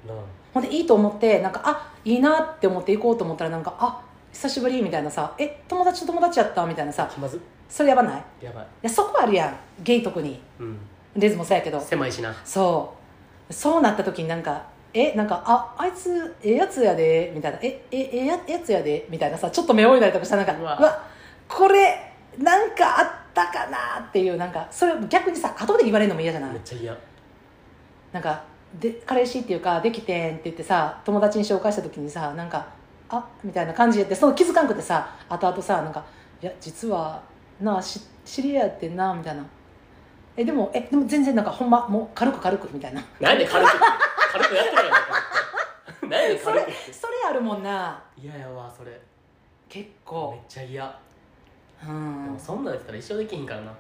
[SPEAKER 1] あ
[SPEAKER 2] ほんでいいと思ってなんかあいいなって思って行こうと思ったらなんかあ久しぶりみたいなさえ友達と友達やったみたいなさ
[SPEAKER 1] 気まず
[SPEAKER 2] それやばないい
[SPEAKER 1] やばい
[SPEAKER 2] やそこあるやんゲイ特に
[SPEAKER 1] うん
[SPEAKER 2] レズもそうやけど
[SPEAKER 1] 狭いしな
[SPEAKER 2] そうそうなった時になんかえなんかああいつええやつやでみたいなええええやええやつやでみたいなさちょっと目をいだりとかしたらなんか
[SPEAKER 1] う
[SPEAKER 2] う
[SPEAKER 1] わ
[SPEAKER 2] わこれなんかあったかなっていうなんかそれ逆にさ後で言われるのも嫌じゃない
[SPEAKER 1] めっちゃ嫌
[SPEAKER 2] なんかで彼氏っていうかできてんって言ってさ友達に紹介した時にさなんかあみたいな感じでその気づかんくてさ後々さなんかいや実はなあし知り合いやってんなみたいなえでもえでも全然なんかほんまもう軽く軽くみたいな
[SPEAKER 1] なんで 軽く軽くやってるやんかなんで
[SPEAKER 2] そ
[SPEAKER 1] 軽
[SPEAKER 2] れ
[SPEAKER 1] く
[SPEAKER 2] それあるもんな
[SPEAKER 1] 嫌やわそれ
[SPEAKER 2] 結
[SPEAKER 1] めっ
[SPEAKER 2] 構
[SPEAKER 1] ちゃ嫌
[SPEAKER 2] う
[SPEAKER 1] で
[SPEAKER 2] ん
[SPEAKER 1] もそんなんやってたら一生できひんからな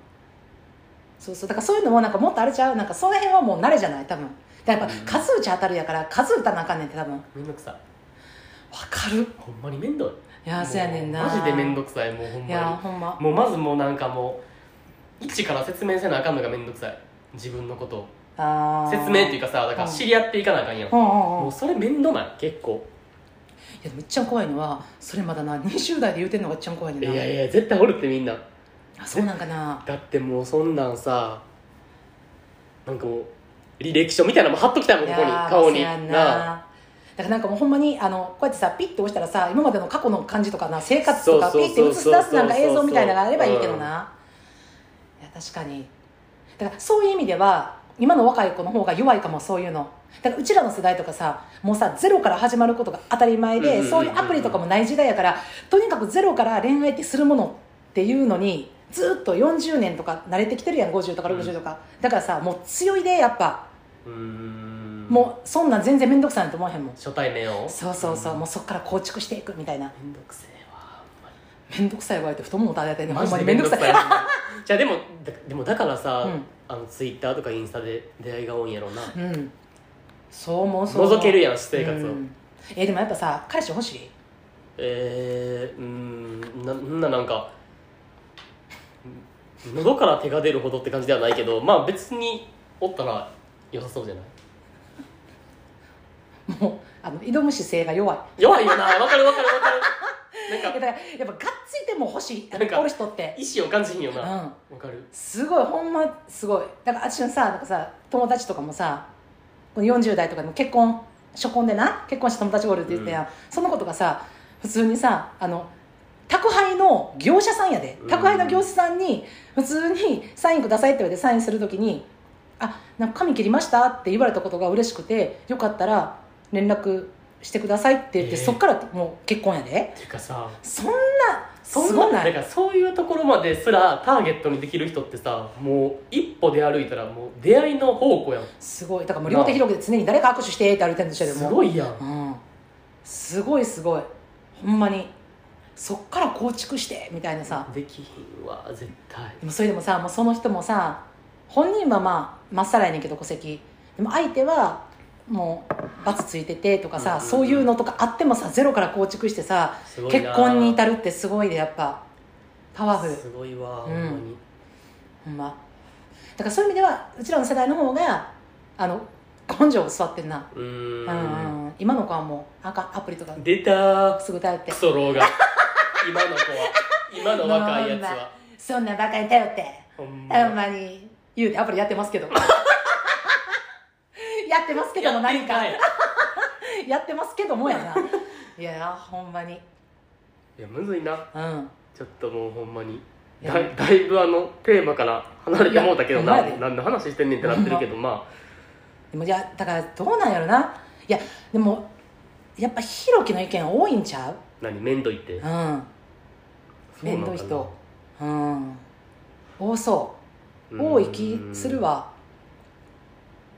[SPEAKER 2] そうそうだからそういうのもなんかもっとあれちゃうなんかその辺はもう慣れじゃない多分だからやっ
[SPEAKER 1] うん
[SPEAKER 2] ぱ数打ち当たるやから数打たなあかんねんって多分わ
[SPEAKER 1] めんどくさい
[SPEAKER 2] かる
[SPEAKER 1] ほんまにめんどい
[SPEAKER 2] いや
[SPEAKER 1] もう
[SPEAKER 2] そうやねんな
[SPEAKER 1] マジでめんどくさいもうほん
[SPEAKER 2] いや
[SPEAKER 1] ま
[SPEAKER 2] ほんま
[SPEAKER 1] にもうまずもうなんかもう一から説明せなあかんのがめんどくさい自分のことを
[SPEAKER 2] あー
[SPEAKER 1] 説明っていうかさだから知り合っていかなあかんやん
[SPEAKER 2] うんうんうん
[SPEAKER 1] もうそれめんどない結構
[SPEAKER 2] いやめっちゃ怖いのはそれまだな20代で言うてんのが一番怖いねん
[SPEAKER 1] い
[SPEAKER 2] な
[SPEAKER 1] やいや絶対おるってみんな
[SPEAKER 2] あそうなんかな
[SPEAKER 1] だってもうそんなんさなんかもう履歴書みたいなのも貼っときたいもんここに
[SPEAKER 2] いやー
[SPEAKER 1] 顔に
[SPEAKER 2] そうやんな
[SPEAKER 1] なあ
[SPEAKER 2] だからなんかもうほんまにあのこうやってさピッて押したらさ今までの過去の感じとかな生活とかピ
[SPEAKER 1] そうそう
[SPEAKER 2] ッ
[SPEAKER 1] そ
[SPEAKER 2] て
[SPEAKER 1] う
[SPEAKER 2] 映
[SPEAKER 1] そう
[SPEAKER 2] し出すなんか映像みたいなのがあればいいけどな、いや確かにだからそういう意味では今の若い子の方が弱いかもそういうのだからうちらの世代とかさもうさゼロから始まることが当たり前
[SPEAKER 1] うんうんうん
[SPEAKER 2] で
[SPEAKER 1] うん
[SPEAKER 2] そういうアプリとかもない時代やからとにかくゼロから恋愛ってするものっていうのにずっと40年とか慣れてきてるやん50とか60とか、だからさもう強いでやっぱ
[SPEAKER 1] うーん
[SPEAKER 2] もうそんなん全然面倒くさいなと思わへんもん
[SPEAKER 1] 初対面を
[SPEAKER 2] そうそうそう、
[SPEAKER 1] ん
[SPEAKER 2] もうそっから構築していくみたいな
[SPEAKER 1] めんどくせえわ
[SPEAKER 2] 面倒くさいわって太ももたれてね
[SPEAKER 1] マ
[SPEAKER 2] ほん
[SPEAKER 1] ジ
[SPEAKER 2] ま
[SPEAKER 1] で
[SPEAKER 2] に
[SPEAKER 1] め
[SPEAKER 2] 面
[SPEAKER 1] んど
[SPEAKER 2] 倒
[SPEAKER 1] く
[SPEAKER 2] く
[SPEAKER 1] さ
[SPEAKER 2] さ
[SPEAKER 1] い
[SPEAKER 2] い
[SPEAKER 1] じゃあでもだでもだからさ、
[SPEAKER 2] うん
[SPEAKER 1] あのツイッターとかインスタで出会いが多いんやろうな
[SPEAKER 2] うんそう思うそう思う
[SPEAKER 1] 覗けるやん私生活を、
[SPEAKER 2] うんえでもやっぱさ彼氏欲しい
[SPEAKER 1] えー、うーんななんななんかん喉から手が出るほどって感じではないけどまあ別におったら良さそうじゃない
[SPEAKER 2] もうあの挑む姿勢が弱い
[SPEAKER 1] 弱いよなわかるわかるわかる
[SPEAKER 2] いや
[SPEAKER 1] なん
[SPEAKER 2] だか
[SPEAKER 1] か
[SPEAKER 2] らやっぱがっついても欲しい
[SPEAKER 1] なんか
[SPEAKER 2] おる人って
[SPEAKER 1] 意志を感じひんよ
[SPEAKER 2] う
[SPEAKER 1] なわ、
[SPEAKER 2] ん
[SPEAKER 1] かる
[SPEAKER 2] すごいほんますごいだから私のさなんかさ友達とかもさこの40代とかでも結婚初婚でな結婚した友達おるって言ってやん、その子とかさ普通にさあの宅配の業者さんやで
[SPEAKER 1] うん
[SPEAKER 2] 宅配の業者さんに普通にサインくださいって言われてサインするときに「あなんか髪切りました?」って言われたことが嬉しくてよかったら連絡してくださいって言って、
[SPEAKER 1] えー
[SPEAKER 2] そっからもう結婚やで
[SPEAKER 1] っていうかさ
[SPEAKER 2] そんな
[SPEAKER 1] そ
[SPEAKER 2] す
[SPEAKER 1] んな
[SPEAKER 2] ごな
[SPEAKER 1] だ
[SPEAKER 2] い
[SPEAKER 1] からそういうところまですらターゲットにできる人ってさもう一歩で歩いたらもう出会いの方向やん
[SPEAKER 2] すごいだからもう両手広げて常に誰か握手してって歩いてるんでしょですも
[SPEAKER 1] ごいやん
[SPEAKER 2] うん、すごいすごいほんまにそっから構築してみたいなさ
[SPEAKER 1] できひんわ絶対
[SPEAKER 2] でもそれでもさもうその人もさ本人はまあまっさらやねんけど戸籍でも相手はもう罰ついててとかさ、
[SPEAKER 1] うんうんうん
[SPEAKER 2] そういうのとかあってもさゼロから構築してさ
[SPEAKER 1] すごいな
[SPEAKER 2] 結婚に至るってすごいでやっぱパワフル
[SPEAKER 1] すごいわ、
[SPEAKER 2] うん
[SPEAKER 1] ほんまに
[SPEAKER 2] ほんまだからそういう意味ではうちらの世代の方があの根性を座ってんな、
[SPEAKER 1] うー
[SPEAKER 2] うんんうん、今の子はもうなんかアプリとか
[SPEAKER 1] 出たー
[SPEAKER 2] すぐ頼って
[SPEAKER 1] クソ老眼今の子は今の若いや つは
[SPEAKER 2] そんなバカに頼って、
[SPEAKER 1] ほんま
[SPEAKER 2] ほんまに言うてアプリやって ますけどやってますけども何か
[SPEAKER 1] やってんい
[SPEAKER 2] やってますけどもやない やほんまに
[SPEAKER 1] いやむずいな
[SPEAKER 2] うん
[SPEAKER 1] ちょっともうほんまに
[SPEAKER 2] いや
[SPEAKER 1] だいだいぶあのテーマから離れてもうたけど
[SPEAKER 2] い
[SPEAKER 1] な
[SPEAKER 2] やほんまやで
[SPEAKER 1] 何の話してんねんってなってるけどま
[SPEAKER 2] でもいやだからどうなんやろないやでもやっぱひろきの意見多いんちゃう
[SPEAKER 1] あ何面倒いって
[SPEAKER 2] うん
[SPEAKER 1] そうなんかな
[SPEAKER 2] 面倒い人うん多そう多い気するわ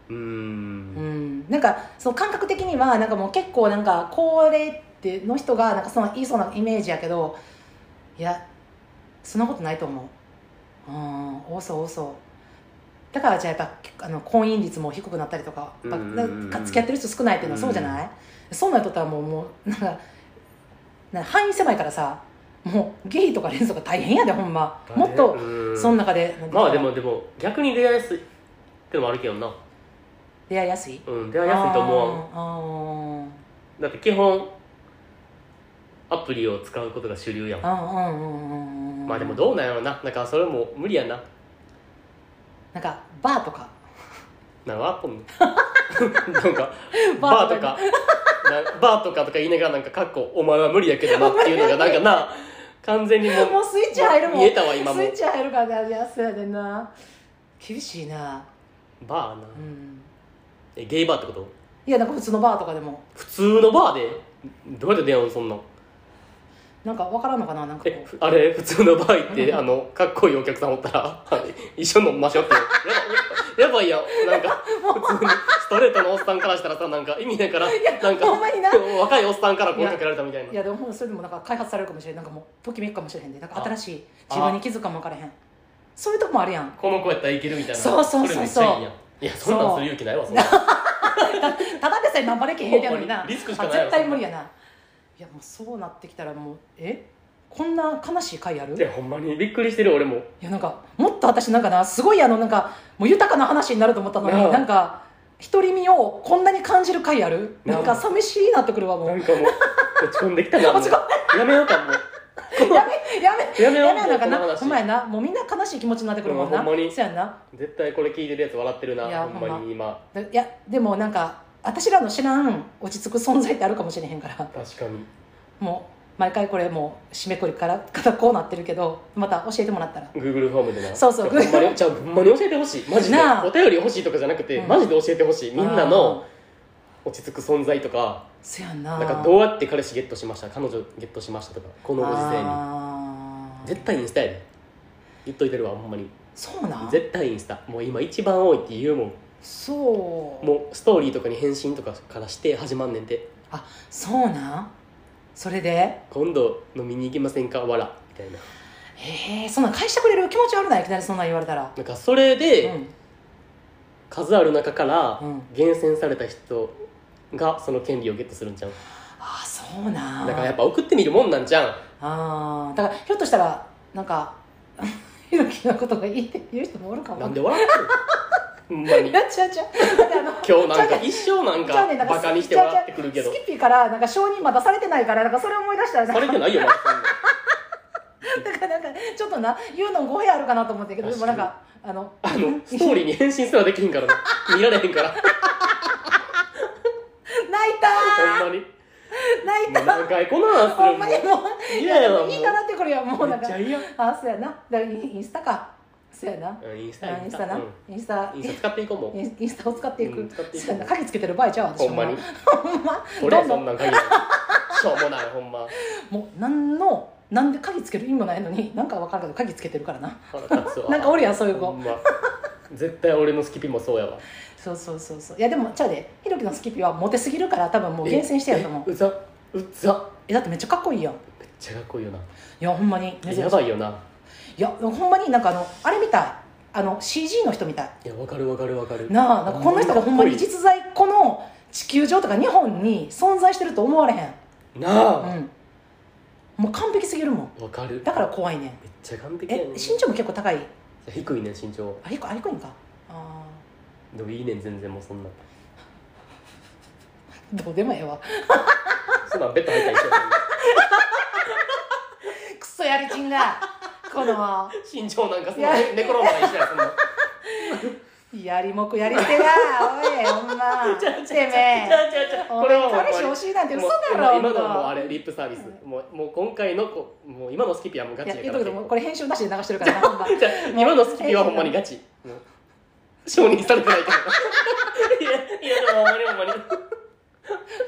[SPEAKER 1] うー
[SPEAKER 2] うんんなんかその感覚的にはなんかもう結構なんか高齢っての人がなんかその言いそうなイメージやけどいやそんなことないと思ううん多そう多そうだからじゃあやっぱあの婚姻率も低くなったりとかやっぱ
[SPEAKER 1] うん
[SPEAKER 2] なか付き合ってる人少ないっていうのはそうじゃないそうなるとったらもうもうなんかなんか範囲狭いからさもうゲイとかレズとか大変やでほんまもっと
[SPEAKER 1] と
[SPEAKER 2] その中で
[SPEAKER 1] まあでもでも逆に出会いやすいってのもあるけどな
[SPEAKER 2] 出会いやすい
[SPEAKER 1] うん出会いやすいと思わん
[SPEAKER 2] 思うん
[SPEAKER 1] だって基本アプリを使うことが主流やん
[SPEAKER 2] うんうんうんうんうん
[SPEAKER 1] まあでもどうなんやろななんかそれも無理やな
[SPEAKER 2] なんかバーとか
[SPEAKER 1] なんかア ポなんかバーとかなバーとかとか言いながらなんかかっこお前は無理やけどなっていうのがなんかな完全にもう
[SPEAKER 2] もうスイッチ入るもん
[SPEAKER 1] 見えたわ今も
[SPEAKER 2] スイッチ入るからねそうやでんな厳しいな
[SPEAKER 1] バーな
[SPEAKER 2] うん
[SPEAKER 1] えゲイバーってこと
[SPEAKER 2] いやなんか普通のバーとかでも
[SPEAKER 1] 普通のバーでどうやって出会うのそんなん
[SPEAKER 2] なんか分からんのかななんかこ
[SPEAKER 1] え
[SPEAKER 2] う
[SPEAKER 1] ふあれ普通の場合って
[SPEAKER 2] うん
[SPEAKER 1] あのかっこいいお客さんおったらあの一緒に飲みましょうってやばいやばいやんなんか普通にストレートのおっさんからしたらさなんか意味ないからなんか
[SPEAKER 2] ほんまにな
[SPEAKER 1] 若いおっさんから声かけられたみたいない
[SPEAKER 2] やでもほんまそれでもなんか開発されるかもしれんなんかもうときめくかもしれへんでなんか新しい自分に気づくかも分からへんそういうとこもあるやん
[SPEAKER 1] この子やったらいけるみたいな
[SPEAKER 2] そうそうそうそう
[SPEAKER 1] れめっちゃいいやんいやそんなんする勇気ないわそんな
[SPEAKER 2] ただでさえ頑張れけへんやつやのに
[SPEAKER 1] ほん
[SPEAKER 2] な
[SPEAKER 1] まにリスクしかない
[SPEAKER 2] あ
[SPEAKER 1] よ
[SPEAKER 2] 絶対無理やないやもうそうなってきたらもうえこんな悲しい回ある
[SPEAKER 1] いやほんまにびっくりしてる俺も
[SPEAKER 2] いやなんかもっと私なんかなすごいあのなんかもう豊かな話になると思ったのに
[SPEAKER 1] なあ
[SPEAKER 2] なんか独り身をこんなに感じる回ある
[SPEAKER 1] なあ
[SPEAKER 2] なんか寂しいなってくるわもう
[SPEAKER 1] な
[SPEAKER 2] や
[SPEAKER 1] んかもう落ち込んできたなも
[SPEAKER 2] 落ち込
[SPEAKER 1] うやめようかもう
[SPEAKER 2] めやめ
[SPEAKER 1] やめよう
[SPEAKER 2] やめなんかな
[SPEAKER 1] この話
[SPEAKER 2] ほんまやなもうみんな悲しい気持ちになってくるもんな
[SPEAKER 1] うんほんまに
[SPEAKER 2] そうやんな
[SPEAKER 1] 絶対これ聞いてるやつ笑ってるない
[SPEAKER 2] や
[SPEAKER 1] ほんまに今
[SPEAKER 2] だいやでもなんか私らの知らん落ち着く存在ってあるかもしれへんから
[SPEAKER 1] 確かに
[SPEAKER 2] もう毎回これもう締めくりからからこうなってるけどまた教えてもらったら
[SPEAKER 1] Google フォームでな
[SPEAKER 2] そうそう
[SPEAKER 1] ほんま
[SPEAKER 2] Google
[SPEAKER 1] にじゃあほんまに教えてほしいマジで
[SPEAKER 2] なあ
[SPEAKER 1] お便り欲しいとかじゃなくて、
[SPEAKER 2] うん
[SPEAKER 1] マジで教えてほしいみんなの
[SPEAKER 2] あー
[SPEAKER 1] 落ち着く存在とか
[SPEAKER 2] そうやんな
[SPEAKER 1] なんかどうやって彼氏ゲットしました彼女ゲットしましたとかこのご時世に
[SPEAKER 2] あー
[SPEAKER 1] 絶対インスタやで言っといてるわほんまに
[SPEAKER 2] そうなん
[SPEAKER 1] 絶対インスタもう今一番多いって言うもん
[SPEAKER 2] そう
[SPEAKER 1] もうストーリーとかに返信とかからして始まんねんて
[SPEAKER 2] あそうなんそれで
[SPEAKER 1] 今度飲みに行きませんかわらみたいな
[SPEAKER 2] へえそんなん返してくれる気持ち悪ないいきなりそんなん言われたら
[SPEAKER 1] なんかそれ
[SPEAKER 2] う
[SPEAKER 1] で、
[SPEAKER 2] ん
[SPEAKER 1] 数ある中から
[SPEAKER 2] うん
[SPEAKER 1] 厳選された人がその権利をゲットするんじゃん
[SPEAKER 2] ああそうなん
[SPEAKER 1] だからやっぱ送ってみるもんなんじゃん
[SPEAKER 2] ああだからひょっとしたらなんか ひろきのことがいいって言う人もおるかも
[SPEAKER 1] なんで笑ってるほんま に
[SPEAKER 2] いや違う違うだってあの
[SPEAKER 1] 今日なんか
[SPEAKER 2] 違う
[SPEAKER 1] 一生なん
[SPEAKER 2] 違うねん
[SPEAKER 1] か
[SPEAKER 2] だから
[SPEAKER 1] バカにして笑ってくるけど
[SPEAKER 2] スキッピーからなんか承認まだされてないからなんかそれ思い出したらなんか
[SPEAKER 1] されてないよまだそんな
[SPEAKER 2] だからなんかちょっとな言うの語弊あるかなと思ってんけどでもなんかあの
[SPEAKER 1] あのストーリーに返信すらできひんからな見られへんから
[SPEAKER 2] 泣いた
[SPEAKER 1] ほんまにも
[SPEAKER 2] ー泣いうたー
[SPEAKER 1] 何回こんな話す
[SPEAKER 2] ほん
[SPEAKER 1] る
[SPEAKER 2] まに
[SPEAKER 1] の
[SPEAKER 2] もうい
[SPEAKER 1] 嫌やわ
[SPEAKER 2] いいかなってこれはもうな
[SPEAKER 1] め
[SPEAKER 2] ん
[SPEAKER 1] っ
[SPEAKER 2] か
[SPEAKER 1] ちゃ嫌う
[SPEAKER 2] あそうやなだからインインスタかそうやな、
[SPEAKER 1] んインス
[SPEAKER 2] あ
[SPEAKER 1] タ
[SPEAKER 2] インスタな、
[SPEAKER 1] うん
[SPEAKER 2] インスタ
[SPEAKER 1] インスタ使っていこうもう
[SPEAKER 2] インインスタを使っていく、
[SPEAKER 1] うん使っていく
[SPEAKER 2] そうやな鍵つけてる場合ちゃう私
[SPEAKER 1] ほんまに
[SPEAKER 2] ほんま
[SPEAKER 1] 俺
[SPEAKER 2] どん
[SPEAKER 1] そ
[SPEAKER 2] ど
[SPEAKER 1] ん
[SPEAKER 2] ん
[SPEAKER 1] なん限りしょうもないほんま
[SPEAKER 2] もう何のなんで鍵つける意味もないのになんか分からんけど鍵つけてるからな
[SPEAKER 1] 腹立つわ
[SPEAKER 2] なんかおるやんそういう
[SPEAKER 1] ほ
[SPEAKER 2] 子
[SPEAKER 1] んま絶対俺のスキピもそうやわ
[SPEAKER 2] そうそうそうそういやでもちゃうでひろきのスキピはモテすぎるから多分もう厳選してやると思う
[SPEAKER 1] えうざうざ
[SPEAKER 2] えだってめっちゃかっこいいやんい
[SPEAKER 1] めっちゃかっこいいよな
[SPEAKER 2] やほんまに珍しい
[SPEAKER 1] やばいよない
[SPEAKER 2] やほんまになんかあのあれみたいあの CG の人みたい
[SPEAKER 1] いやわかるわかるわかる
[SPEAKER 2] なあなんかこの人がほんまに
[SPEAKER 1] かっ
[SPEAKER 2] 実在この地球上とか日本に存在してると思われへん
[SPEAKER 1] こいいなあ
[SPEAKER 2] うんもう完璧すぎるもん
[SPEAKER 1] わかる
[SPEAKER 2] だから怖いねん
[SPEAKER 1] めっちゃ完璧や
[SPEAKER 2] え
[SPEAKER 1] ねん
[SPEAKER 2] 身長も結構高い
[SPEAKER 1] 低いねん身長
[SPEAKER 2] あれあれくいんかあ
[SPEAKER 1] でもいいねん全然もうそんな
[SPEAKER 2] ーどうでもええ わ
[SPEAKER 1] そんなんベッド入ったりして
[SPEAKER 2] クソやりちんがこの
[SPEAKER 1] 身長なんかそん
[SPEAKER 2] い
[SPEAKER 1] な
[SPEAKER 2] や
[SPEAKER 1] 寝転ばないしないそんな
[SPEAKER 2] やりもくやり手がおいほんま
[SPEAKER 1] ちゃう
[SPEAKER 2] てめえ
[SPEAKER 1] ちゃうちゃう
[SPEAKER 2] お
[SPEAKER 1] これは
[SPEAKER 2] 前
[SPEAKER 1] ほんま
[SPEAKER 2] 彼
[SPEAKER 1] に
[SPEAKER 2] 氏欲しいなんて
[SPEAKER 1] も
[SPEAKER 2] 嘘
[SPEAKER 1] う
[SPEAKER 2] だろ
[SPEAKER 1] 今のはもう
[SPEAKER 2] ほんま
[SPEAKER 1] あれリップサービスもうもう今回のこもう今のスキピはもうガ
[SPEAKER 2] いや
[SPEAKER 1] チやか
[SPEAKER 2] 言っ
[SPEAKER 1] ら
[SPEAKER 2] とくけどもうこれ編集なしで流してるからなほんま
[SPEAKER 1] じゃあ今のスキピはほんまにガチもう承認され てないけどいやいやでもほんまにほんまに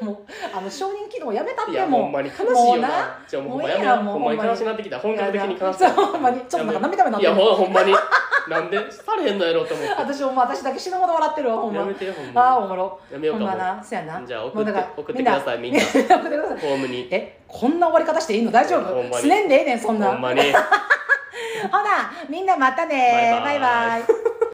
[SPEAKER 2] もうあの承認機能やめたっ
[SPEAKER 1] い
[SPEAKER 2] て
[SPEAKER 1] やほ
[SPEAKER 2] も
[SPEAKER 1] ん
[SPEAKER 2] う
[SPEAKER 1] まに悲しい
[SPEAKER 2] もう
[SPEAKER 1] よ
[SPEAKER 2] な
[SPEAKER 1] なじゃあもうほん
[SPEAKER 2] もう
[SPEAKER 1] ま
[SPEAKER 2] い
[SPEAKER 1] や
[SPEAKER 2] い
[SPEAKER 1] め
[SPEAKER 2] や
[SPEAKER 1] よう
[SPEAKER 2] もう
[SPEAKER 1] ほんまに
[SPEAKER 2] ほんまに
[SPEAKER 1] 悲しくなってきた本格的に悲しくなってき
[SPEAKER 2] そ
[SPEAKER 1] た
[SPEAKER 2] うほんまにちょっとなんか涙目なっ
[SPEAKER 1] い
[SPEAKER 2] て
[SPEAKER 1] や
[SPEAKER 2] る
[SPEAKER 1] もうほんまに なんでされへんのやろうと思って
[SPEAKER 2] 私もう私だけ死ぬほど笑ってるわほんま
[SPEAKER 1] やめてよほん
[SPEAKER 2] ああお
[SPEAKER 1] ま
[SPEAKER 2] もろ
[SPEAKER 1] やめよう
[SPEAKER 2] ほ
[SPEAKER 1] か
[SPEAKER 2] ん
[SPEAKER 1] も
[SPEAKER 2] ま
[SPEAKER 1] う
[SPEAKER 2] なそうやな
[SPEAKER 1] じゃあ送
[SPEAKER 2] もう
[SPEAKER 1] って
[SPEAKER 2] だから
[SPEAKER 1] 送ってくださいみん な
[SPEAKER 2] 送ってください
[SPEAKER 1] ホームに
[SPEAKER 2] えこんな終わり方していいの大丈
[SPEAKER 1] ほんま
[SPEAKER 2] 夫
[SPEAKER 1] に
[SPEAKER 2] すねんでええねんそんな
[SPEAKER 1] ほ
[SPEAKER 2] ほ
[SPEAKER 1] ん
[SPEAKER 2] な
[SPEAKER 1] まに
[SPEAKER 2] みんなまたね
[SPEAKER 1] バ
[SPEAKER 2] バ
[SPEAKER 1] イ
[SPEAKER 2] イ
[SPEAKER 1] バ
[SPEAKER 2] バ
[SPEAKER 1] イ
[SPEAKER 2] イ